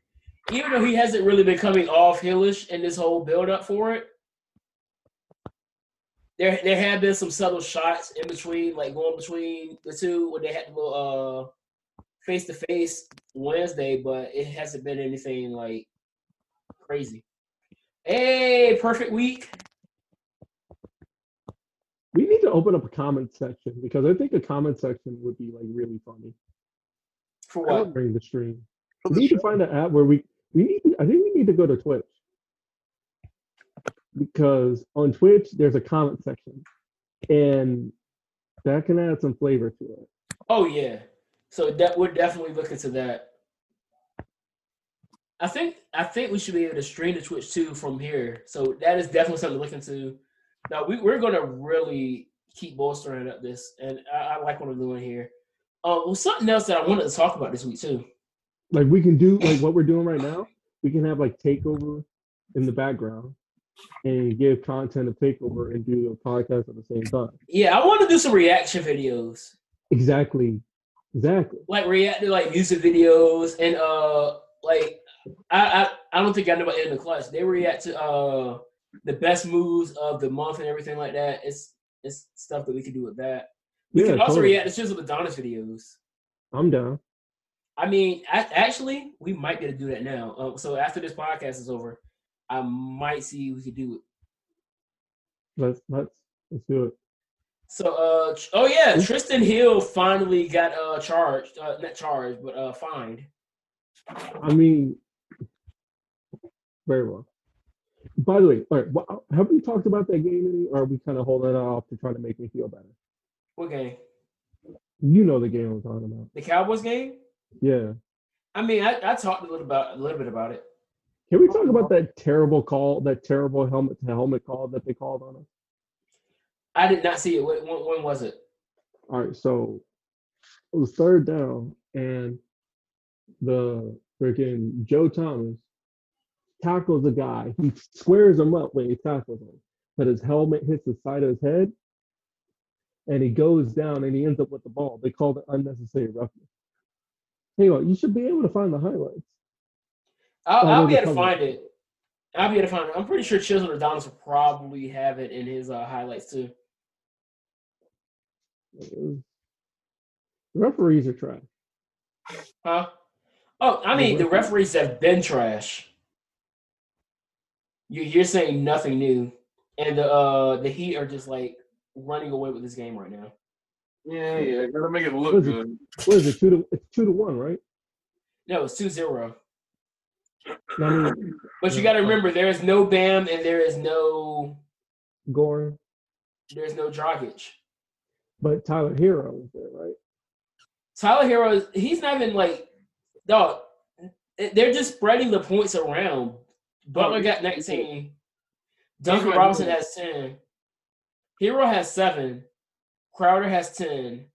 Even though he hasn't really been coming off heelish in this whole build up for it, there there have been some subtle shots in between, like going between the two when they had the little uh face to face Wednesday, but it hasn't been anything like crazy. Hey, perfect week. We need to open up a comment section because I think a comment section would be like really funny For That would what? during the stream. We need to find an app where we we need. I think we need to go to Twitch because on Twitch there's a comment section, and that can add some flavor to it. Oh yeah. So that we're definitely looking to that. I think I think we should be able to stream to Twitch too from here. So that is definitely something to look into. Now we, we're gonna really keep bolstering up this and I, I like what I'm doing here. Um well, something else that I wanted to talk about this week too. Like we can do like what we're doing right now. We can have like takeover in the background and give content of takeover and do a podcast at the same time. Yeah, I want to do some reaction videos. Exactly, exactly. like reacted like music videos and uh like I, I I don't think I know about in the clutch. They react to uh the best moves of the month and everything like that. It's it's stuff that we could do with that. We yeah, can also totally. react to Chisel Adonis videos. I'm down. I mean, I, actually, we might be able to do that now. Um, so after this podcast is over, I might see if we could do it. Let's let's let's do it. So, uh, tr- oh yeah, Tristan Hill finally got uh charged, uh, not charged, but uh fined. I mean, very well. By the way, all right, wha- have we talked about that game any, or are we kind of holding that off to try to make me feel better? What game? You know the game I'm talking about. The Cowboys game? Yeah. I mean, I, I talked a little about a little bit about it. Can we talk about that terrible call, that terrible helmet to helmet call that they called on us? I did not see it. When, when, when was it? All right, so it was third down, and the freaking Joe Thomas tackles the guy. He squares him up when he tackles him, but his helmet hits the side of his head, and he goes down, and he ends up with the ball. They called it unnecessary roughness. Hang on, you should be able to find the highlights. I'll, Oh, I'll no, be the able to comeback. find it. I'll be able to find it. I'm pretty sure Chisel Adonis will probably have it in his uh, highlights too. It was- Referees are trash. Huh? Oh, I The mean, the referee- referees have been trash. You, you're saying nothing new, and the uh, the Heat are just like running away with this game right now. Yeah, yeah. Gotta make it What look is it? good. What is it? Two to it's two to one, right? No, it's 2-0. I mean, But you got to remember, there is no Bam and there is no Goran, there is no Dragic. but Tyler Hero was there, right? Tyler Hero, is- he's not even like dog. They're just spreading the points around. Oh, Butler got 19. Duncan He's my Robinson dude. has 10. Hero has seven. Crowder has 10.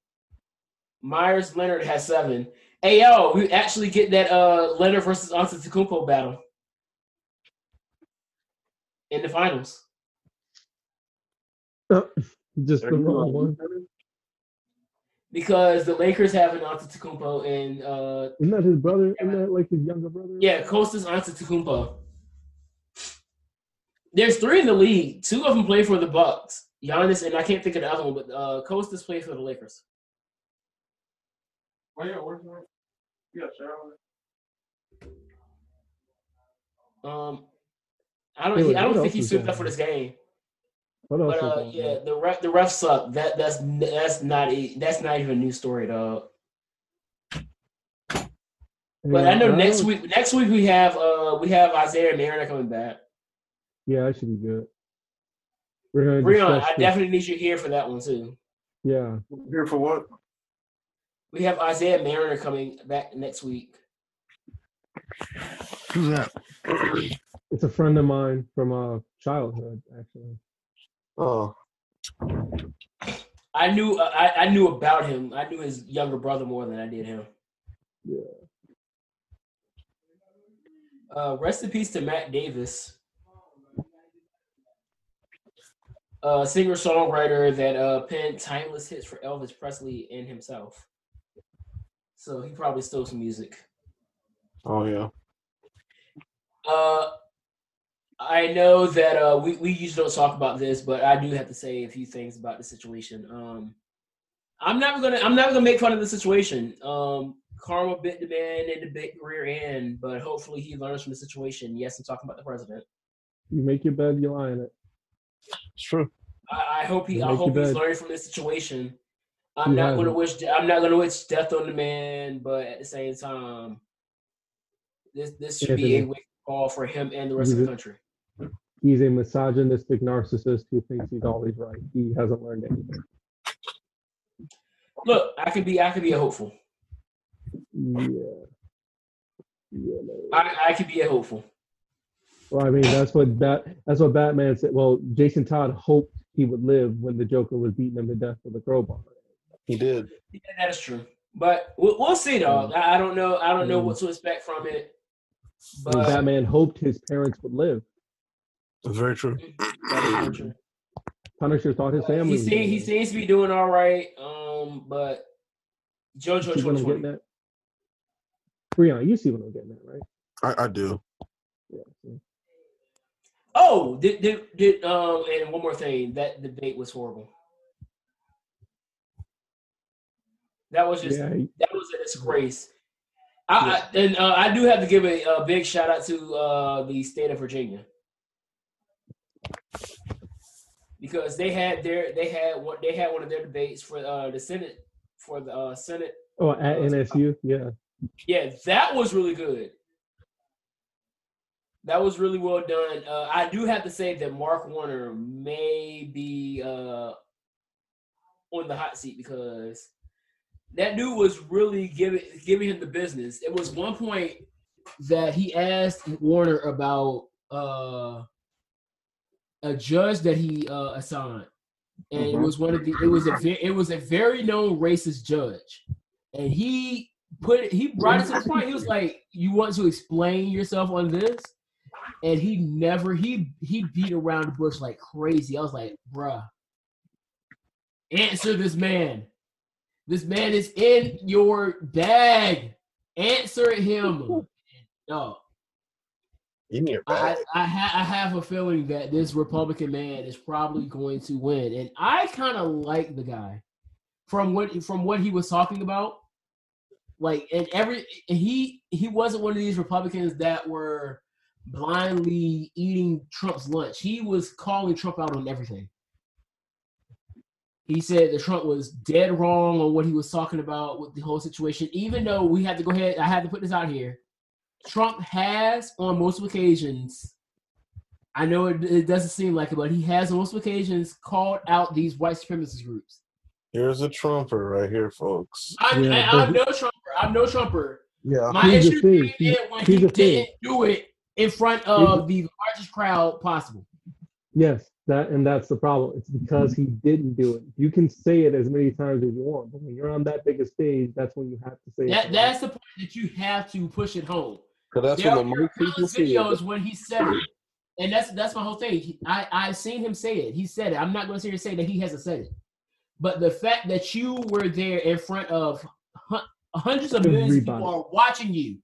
Myers Leonard has seven. AL, we actually get that uh Leonard versus Antetokounmpo battle in the finals. Just the Are you wrong on one. because the Lakers have an Antetokounmpo and uh Isn't that his brother? Isn't that like his younger brother? yeah, Costa's Antetokounmpo. There's three in the league. Two of them play for the Bucks. Giannis and I can't think of the other one, but uh Costa's played for the Lakers. Oh, yeah, where's my? Yeah, shower. Um I don't Wait, wait, I don't what think else he was suited going up for on? this game. What else? But was uh on yeah, there? the ref the refs suck. That that's that's not a that's not even a new story, dog. But I know Yeah, next don't- week next week we have uh we have Isaiah and Aaron coming back. Yeah, that should be good. We're gonna Breon, discuss I this. definitely need you here for that one too. Yeah, Here for what? We have Isaiah Mariner coming back next week. Who's that? it's a friend of mine from uh childhood actually. Oh, I knew uh, I, I knew about him. I knew his younger brother more than I did him. Yeah. Uh, rest in peace to Matt Davis, uh, singer songwriter that uh, penned timeless hits for Elvis Presley and himself. So he probably stole some music. oh yeah. Uh, I know that uh, we we usually don't talk about this, but I do have to say a few things about the situation. Um, I'm not gonna I'm not gonna make fun of the situation. Um, karma bit the man in the big rear end, but hopefully he learns from the situation. Yes, I'm talking about the president. You make your bed, you lie in it. It's true. I, I hope he I Make hope your he's bad. learning from this situation. I'm He not hasn't. gonna wish de- I'm not gonna wish death on the man, but at the same time, this this should be a Anthony. wake up call for him and the rest of Mhm. the country. He's a misogynistic narcissist who thinks he's always right. He hasn't learned anything. Look, I could be I could be a hopeful. Yeah. Yeah, man. I, I could be a hopeful. Well, I mean, that's what Bat that's what Batman said. Well, Jason Todd hoped he would live when the Joker was beating him to death with a crowbar. He did. Yeah, that is true. But we'll, we'll see, though. I, I don't know. I don't know Mm. what to expect from it. And But Batman hoped his parents would live. It's very true. Punisher thought his family. he was seems he gonna seems to be doing all right. Um, but live. JoJo You see what I'm twenty getting twenty. at? Breon, you see what I'm getting at, right? I, I do. Yeah. see. Oh, did, did did um and one more thing. That debate was horrible. That was just Yeah, he- that was a disgrace. I, I and uh, I do have to give a, a big shout out to uh, the state of Virginia because they had their they had what they had one of their debates for uh, the Senate for the uh, Senate. Oh, at NSU, yeah. Yeah, that was really good. That was really well done. Uh, I do have to say that Mark Warner may be uh, on the hot seat because that dude was really giving giving him the business. It was one point that he asked Warner about uh, a judge that he uh, assigned, and it Mhm. was one of the it was a ve- it was a very known racist judge, and he put it, he brought it to the point. He was like, "You want to explain yourself on this?" And he never he he beat around the bush like crazy. I was like, "Bruh, answer this man. This man is in your bag. Answer him." No, You need a I I, I, ha- I have a feeling that this Republican man is probably going to win, and I kind of like the guy from what from what he was talking about. Like, and every and he he wasn't one of these Republicans that were blindly eating Trump's lunch. He was calling Trump out on everything. He said that Trump was dead wrong on what he was talking about with the whole situation, even though we had to go ahead, I had to put this out here. Trump has, on multiple occasions, I know it, it doesn't seem like it, but he has, on multiple occasions, called out these white supremacist groups. Here's a trumper right here, folks. I, Yeah, I, I but- Uh, know Trumper. I know Trumper. Yeah. My Here's the issue thing, came in when here's he the thing. didn't do it in front of the largest crowd possible. Yes, that and that's the problem. It's because he didn't do it. You can say it as many times as you want, but when you're on that big a stage, that's when you have to say That it. that's the point that you have to push it home. Cause that's there what are the most people countless see. videos when he said it, and that's that's my whole thing. He- I I've seen him say it. He said it. I'm not going to sit here and say that he hasn't said it, but the fact that you were there in front of hun- hundreds of millions of people Everybody. are watching you,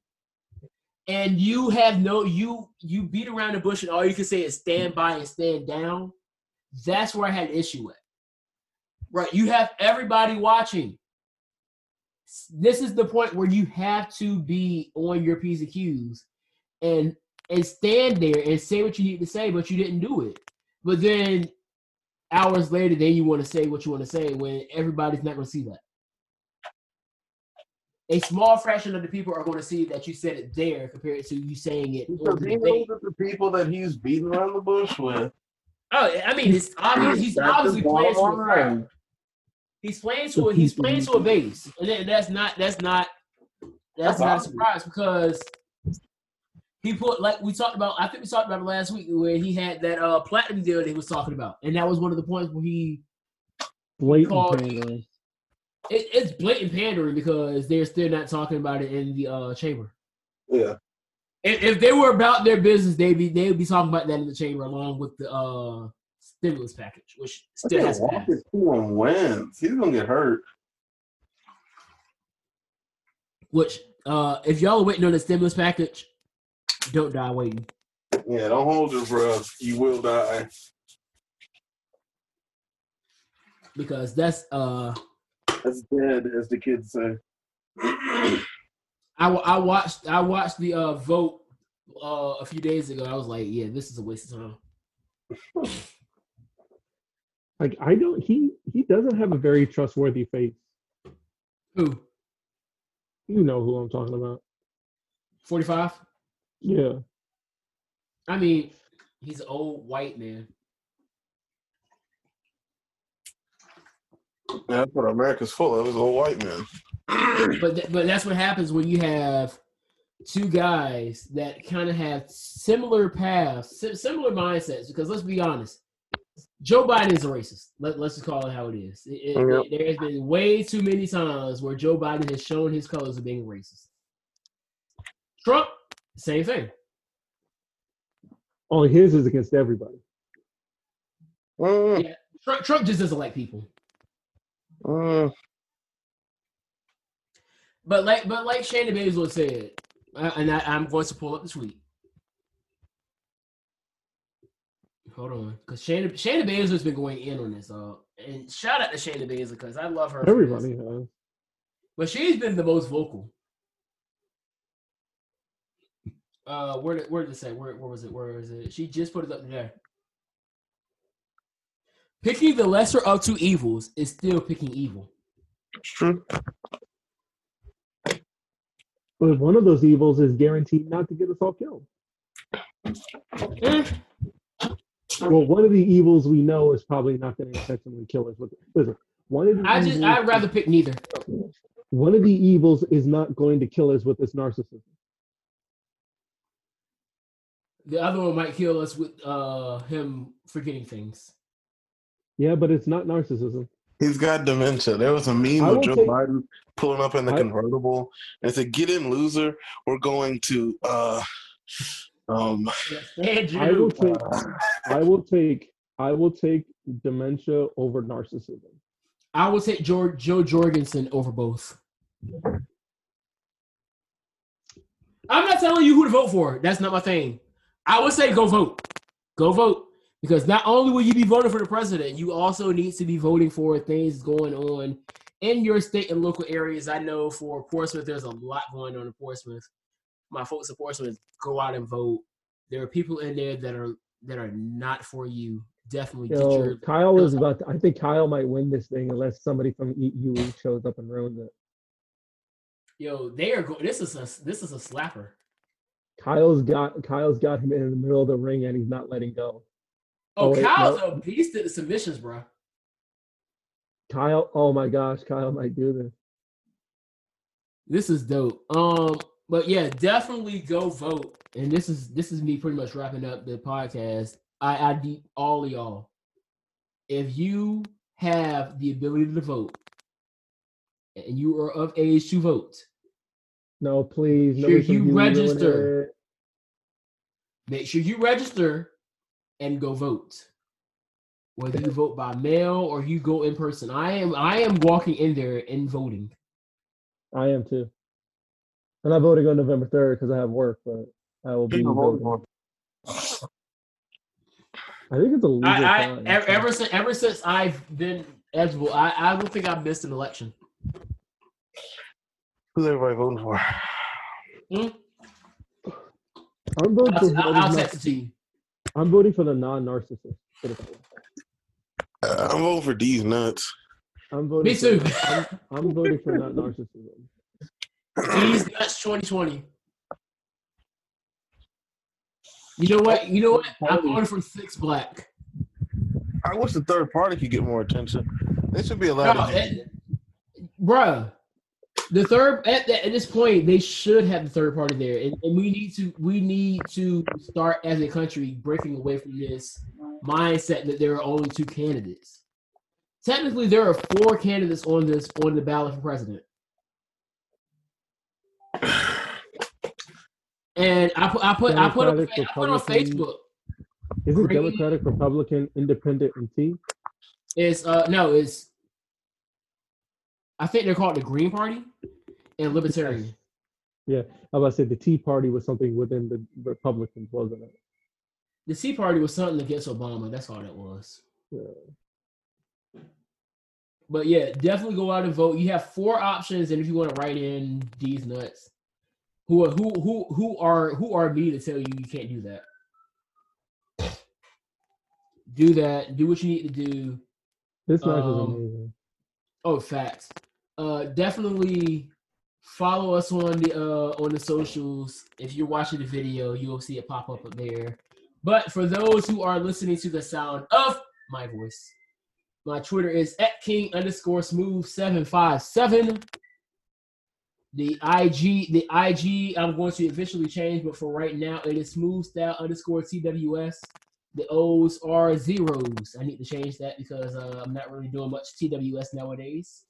and you have no you you beat around the bush, and all you can say is stand by and stand down. That's where I had an issue with. Right, you have everybody watching. S- This is the point where you have to be on your p's and q's, and and stand there and say what you need to say, but you didn't do it. But then hours later, then you want to say what you want to say when everybody's not going to see that. A small fraction of the people are going to see that you said it there compared to you saying it. on Because the he debate. knows that the people that he's beating around the bush with. Oh, I mean, it's obvious. He's That's the obviously playing to a bottom crowd. line. He's playing to a, he's playing to a base, and that- that's not that's not that's That's not a obvious. surprise because he put like we talked about. I think we talked about it last week where he had that uh platinum deal that he was talking about, and that was one of the points where he blatant called- pandering. it, it's blatant pandering because they're still not talking about it in the uh chamber. Yeah. If, if they were about their business, they'd be they'd be talking about that in the chamber along with the uh stimulus package, which I still think has. Walker two and wins. He's gonna get hurt. Which, uh, if y'all are waiting on the stimulus package, don't die waiting. Yeah, don't hold your breath. You will die. because that's uh That's dead, as the kids say. I, wa- I watched I watched the uh vote uh a few days ago. I was like, yeah, this is a waste of time. Like I don't he he doesn't have a very trustworthy face. Who? You know who I'm talking about. Forty five? Yeah. I mean, he's an old white man. That's what America's full of is old white men. But th- but that's what happens when you have two guys that kind of have similar paths, si- similar mindsets. Because let's be honest, Joe Biden is a racist. Let, let's just call it how it is. It- it- Yep. there has been way too many times where Joe Biden has shown his colors of being racist. Trump, same thing. Only his is against everybody. Mm, Trump, Trump just doesn't like people. mm. But like but like Shannon Baszler said, uh, and I, I'm going to pull up the tweet. Hold on, because Shannon Shannon Baszler's been going in on this, uh, and shout out to Shannon Baszler because I love her. for this. Everybody has. but she's been the most vocal. Uh, where did where did it say? Where where was it? Where is it? She just put it up today. Picking the lesser of two evils is still picking evil. It's true. But one of those evils is guaranteed not to get us all killed. Mm. Well, one of the evils we know is probably not going to intentionally kill us. Look, Listen, one of the I just evils- I'd rather pick neither. one of the evils is not going to kill us with this narcissism. The other one might kill us with uh him forgetting things. Yeah, but it's not narcissism. He's got dementia. There was a meme I of will Joe take- Biden pulling up in the I- convertible and said, "Get in, loser. We're going to uh um I Andrew, will take, I will take, I will take dementia over narcissism. I will take George, Joe Jorgensen over both. I'm not telling you who to vote for. That's not my thing. I would say go vote. Go vote. Because not only will you be voting for the president, you also need to be voting for things going on in your state and local areas. I know for Portsmouth, there's a lot going on in Portsmouth. My folks in Portsmouth go out and vote. There are people in there that are that are not for you definitely get Yo, your Kyle is about. To, I think Kyle might win this thing unless somebody from EU shows up and ruins it. yo. They are going. This is a this is a slapper. Kyle's got Kyle's got him in the middle of the ring and he's not letting go. Oh, Oh, wait, Kyle's no. a beast at submissions, bro. Kyle, oh my gosh, Kyle might do this. This is dope. Um, but yeah, definitely go vote. And this is this is me pretty much wrapping up the podcast. I ID all of y'all. If you have the ability to vote and you are of age to vote, No, please. Sure, nobody from you EU ruin register. it. make sure you register and go vote. Whether you vote by mail or you go in person. I am I am walking in there and voting. I am too. And I'm voting on November 3rd because I have work, but I will be. voting. I think it's a legal I, I time. ever, ever since ever since I've been eligible, I, I don't think I've missed an election. Who's everybody voting for? I'm voting for I'll, I'll, I'll whoever's text it to you. not- I'm voting for the non-narcissist. put it that way. Uh, I'm voting for these nuts. I'm voting. Me too. for- I'm, I'm voting for not narcissism. These nuts 2020. You know what? You know what? I'm voting for six black. I wish the third party could get more attention. They should be No, allowed to. that- bruh. The third at, the, at this point, they should have the third party there, and, and we need to we need to start as a country breaking away from this mindset that there are only two candidates. Technically, there are four candidates on this on the ballot for president. And I put I put I put, on, Democratic, I put on Republican. Facebook. Is it Green- Democratic, Republican, Independent, and T? It's uh no, it's I think they're called the Green Party and Libertarian. How about I said the Tea Party was something within the Republicans, wasn't it? The Tea Party was something against Obama. That's all that was. Yeah. But yeah, definitely go out and vote. You have four options, and if you want to write in these nuts, who are who who who are who are me to tell you you can't do that? Do that. Do what you need to do. This match Um, is amazing. Oh, facts. Uh, definitely follow us on the uh, on the socials. If you're watching the video, you'll see it pop up up there. But for those who are listening to the sound of my voice, my Twitter is at king underscore smooth seven five seven. The IG, the IG, I'm going to officially change, but for right now, it is smooth style underscore TWS. The O's are zeros. I need to change that because uh, I'm not really doing much TWS nowadays.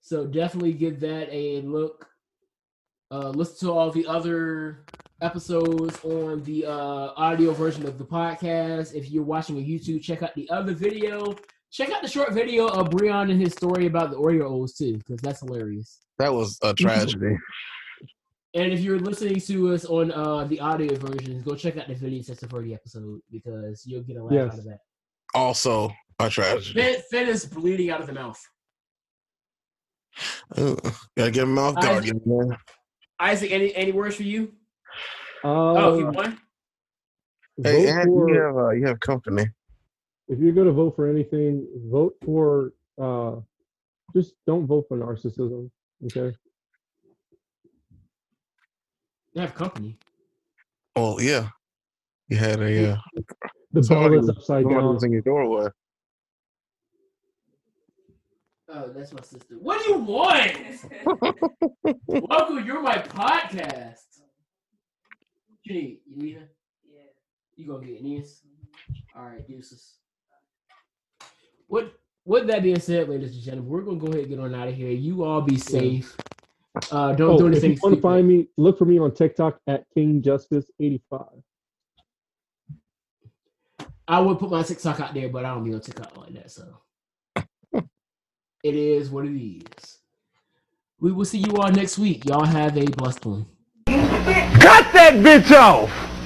So definitely give that a look. Uh, listen to all the other episodes on the uh, audio version of the podcast. If you're watching on YouTube, check out the other video. Check out the short video of Breon and his story about the Oreos too, because that's hilarious. That was a tragedy. And if you're listening to us on uh, the audio versions, go check out the video session for the episode because you'll get a laugh Yes. out of that. also a tragedy. Finn, Finn is bleeding out of the mouth. Ooh, Uh, gotta get a mouth I- guard, young man. Isaac, any any words for you? Uh, oh, he won. Hey, vote and for- you have uh, you have company. if you're going to vote for anything, vote for uh, just don't vote for narcissism. Okay. They have company. Well, yeah, you had a uh, The Somebody ball is was- upside someone down. was in your doorway. Oh, that's my sister. What do you want? Welcome, you're my podcast. What You need you need her? You gonna get Aeneas? All right, deuces. What? With that being said, ladies and gentlemen, we're gonna go ahead and get on out of here. You all be safe. Uh, don't Oh, do if anything. you want stupid. to find me, look for me on TikTok at King Justice 85. I would put my TikTok out there, but I don't be on TikTok like that. So it is what it is. We will see you all next week. Y'all have a blessed one. Cut that bitch off!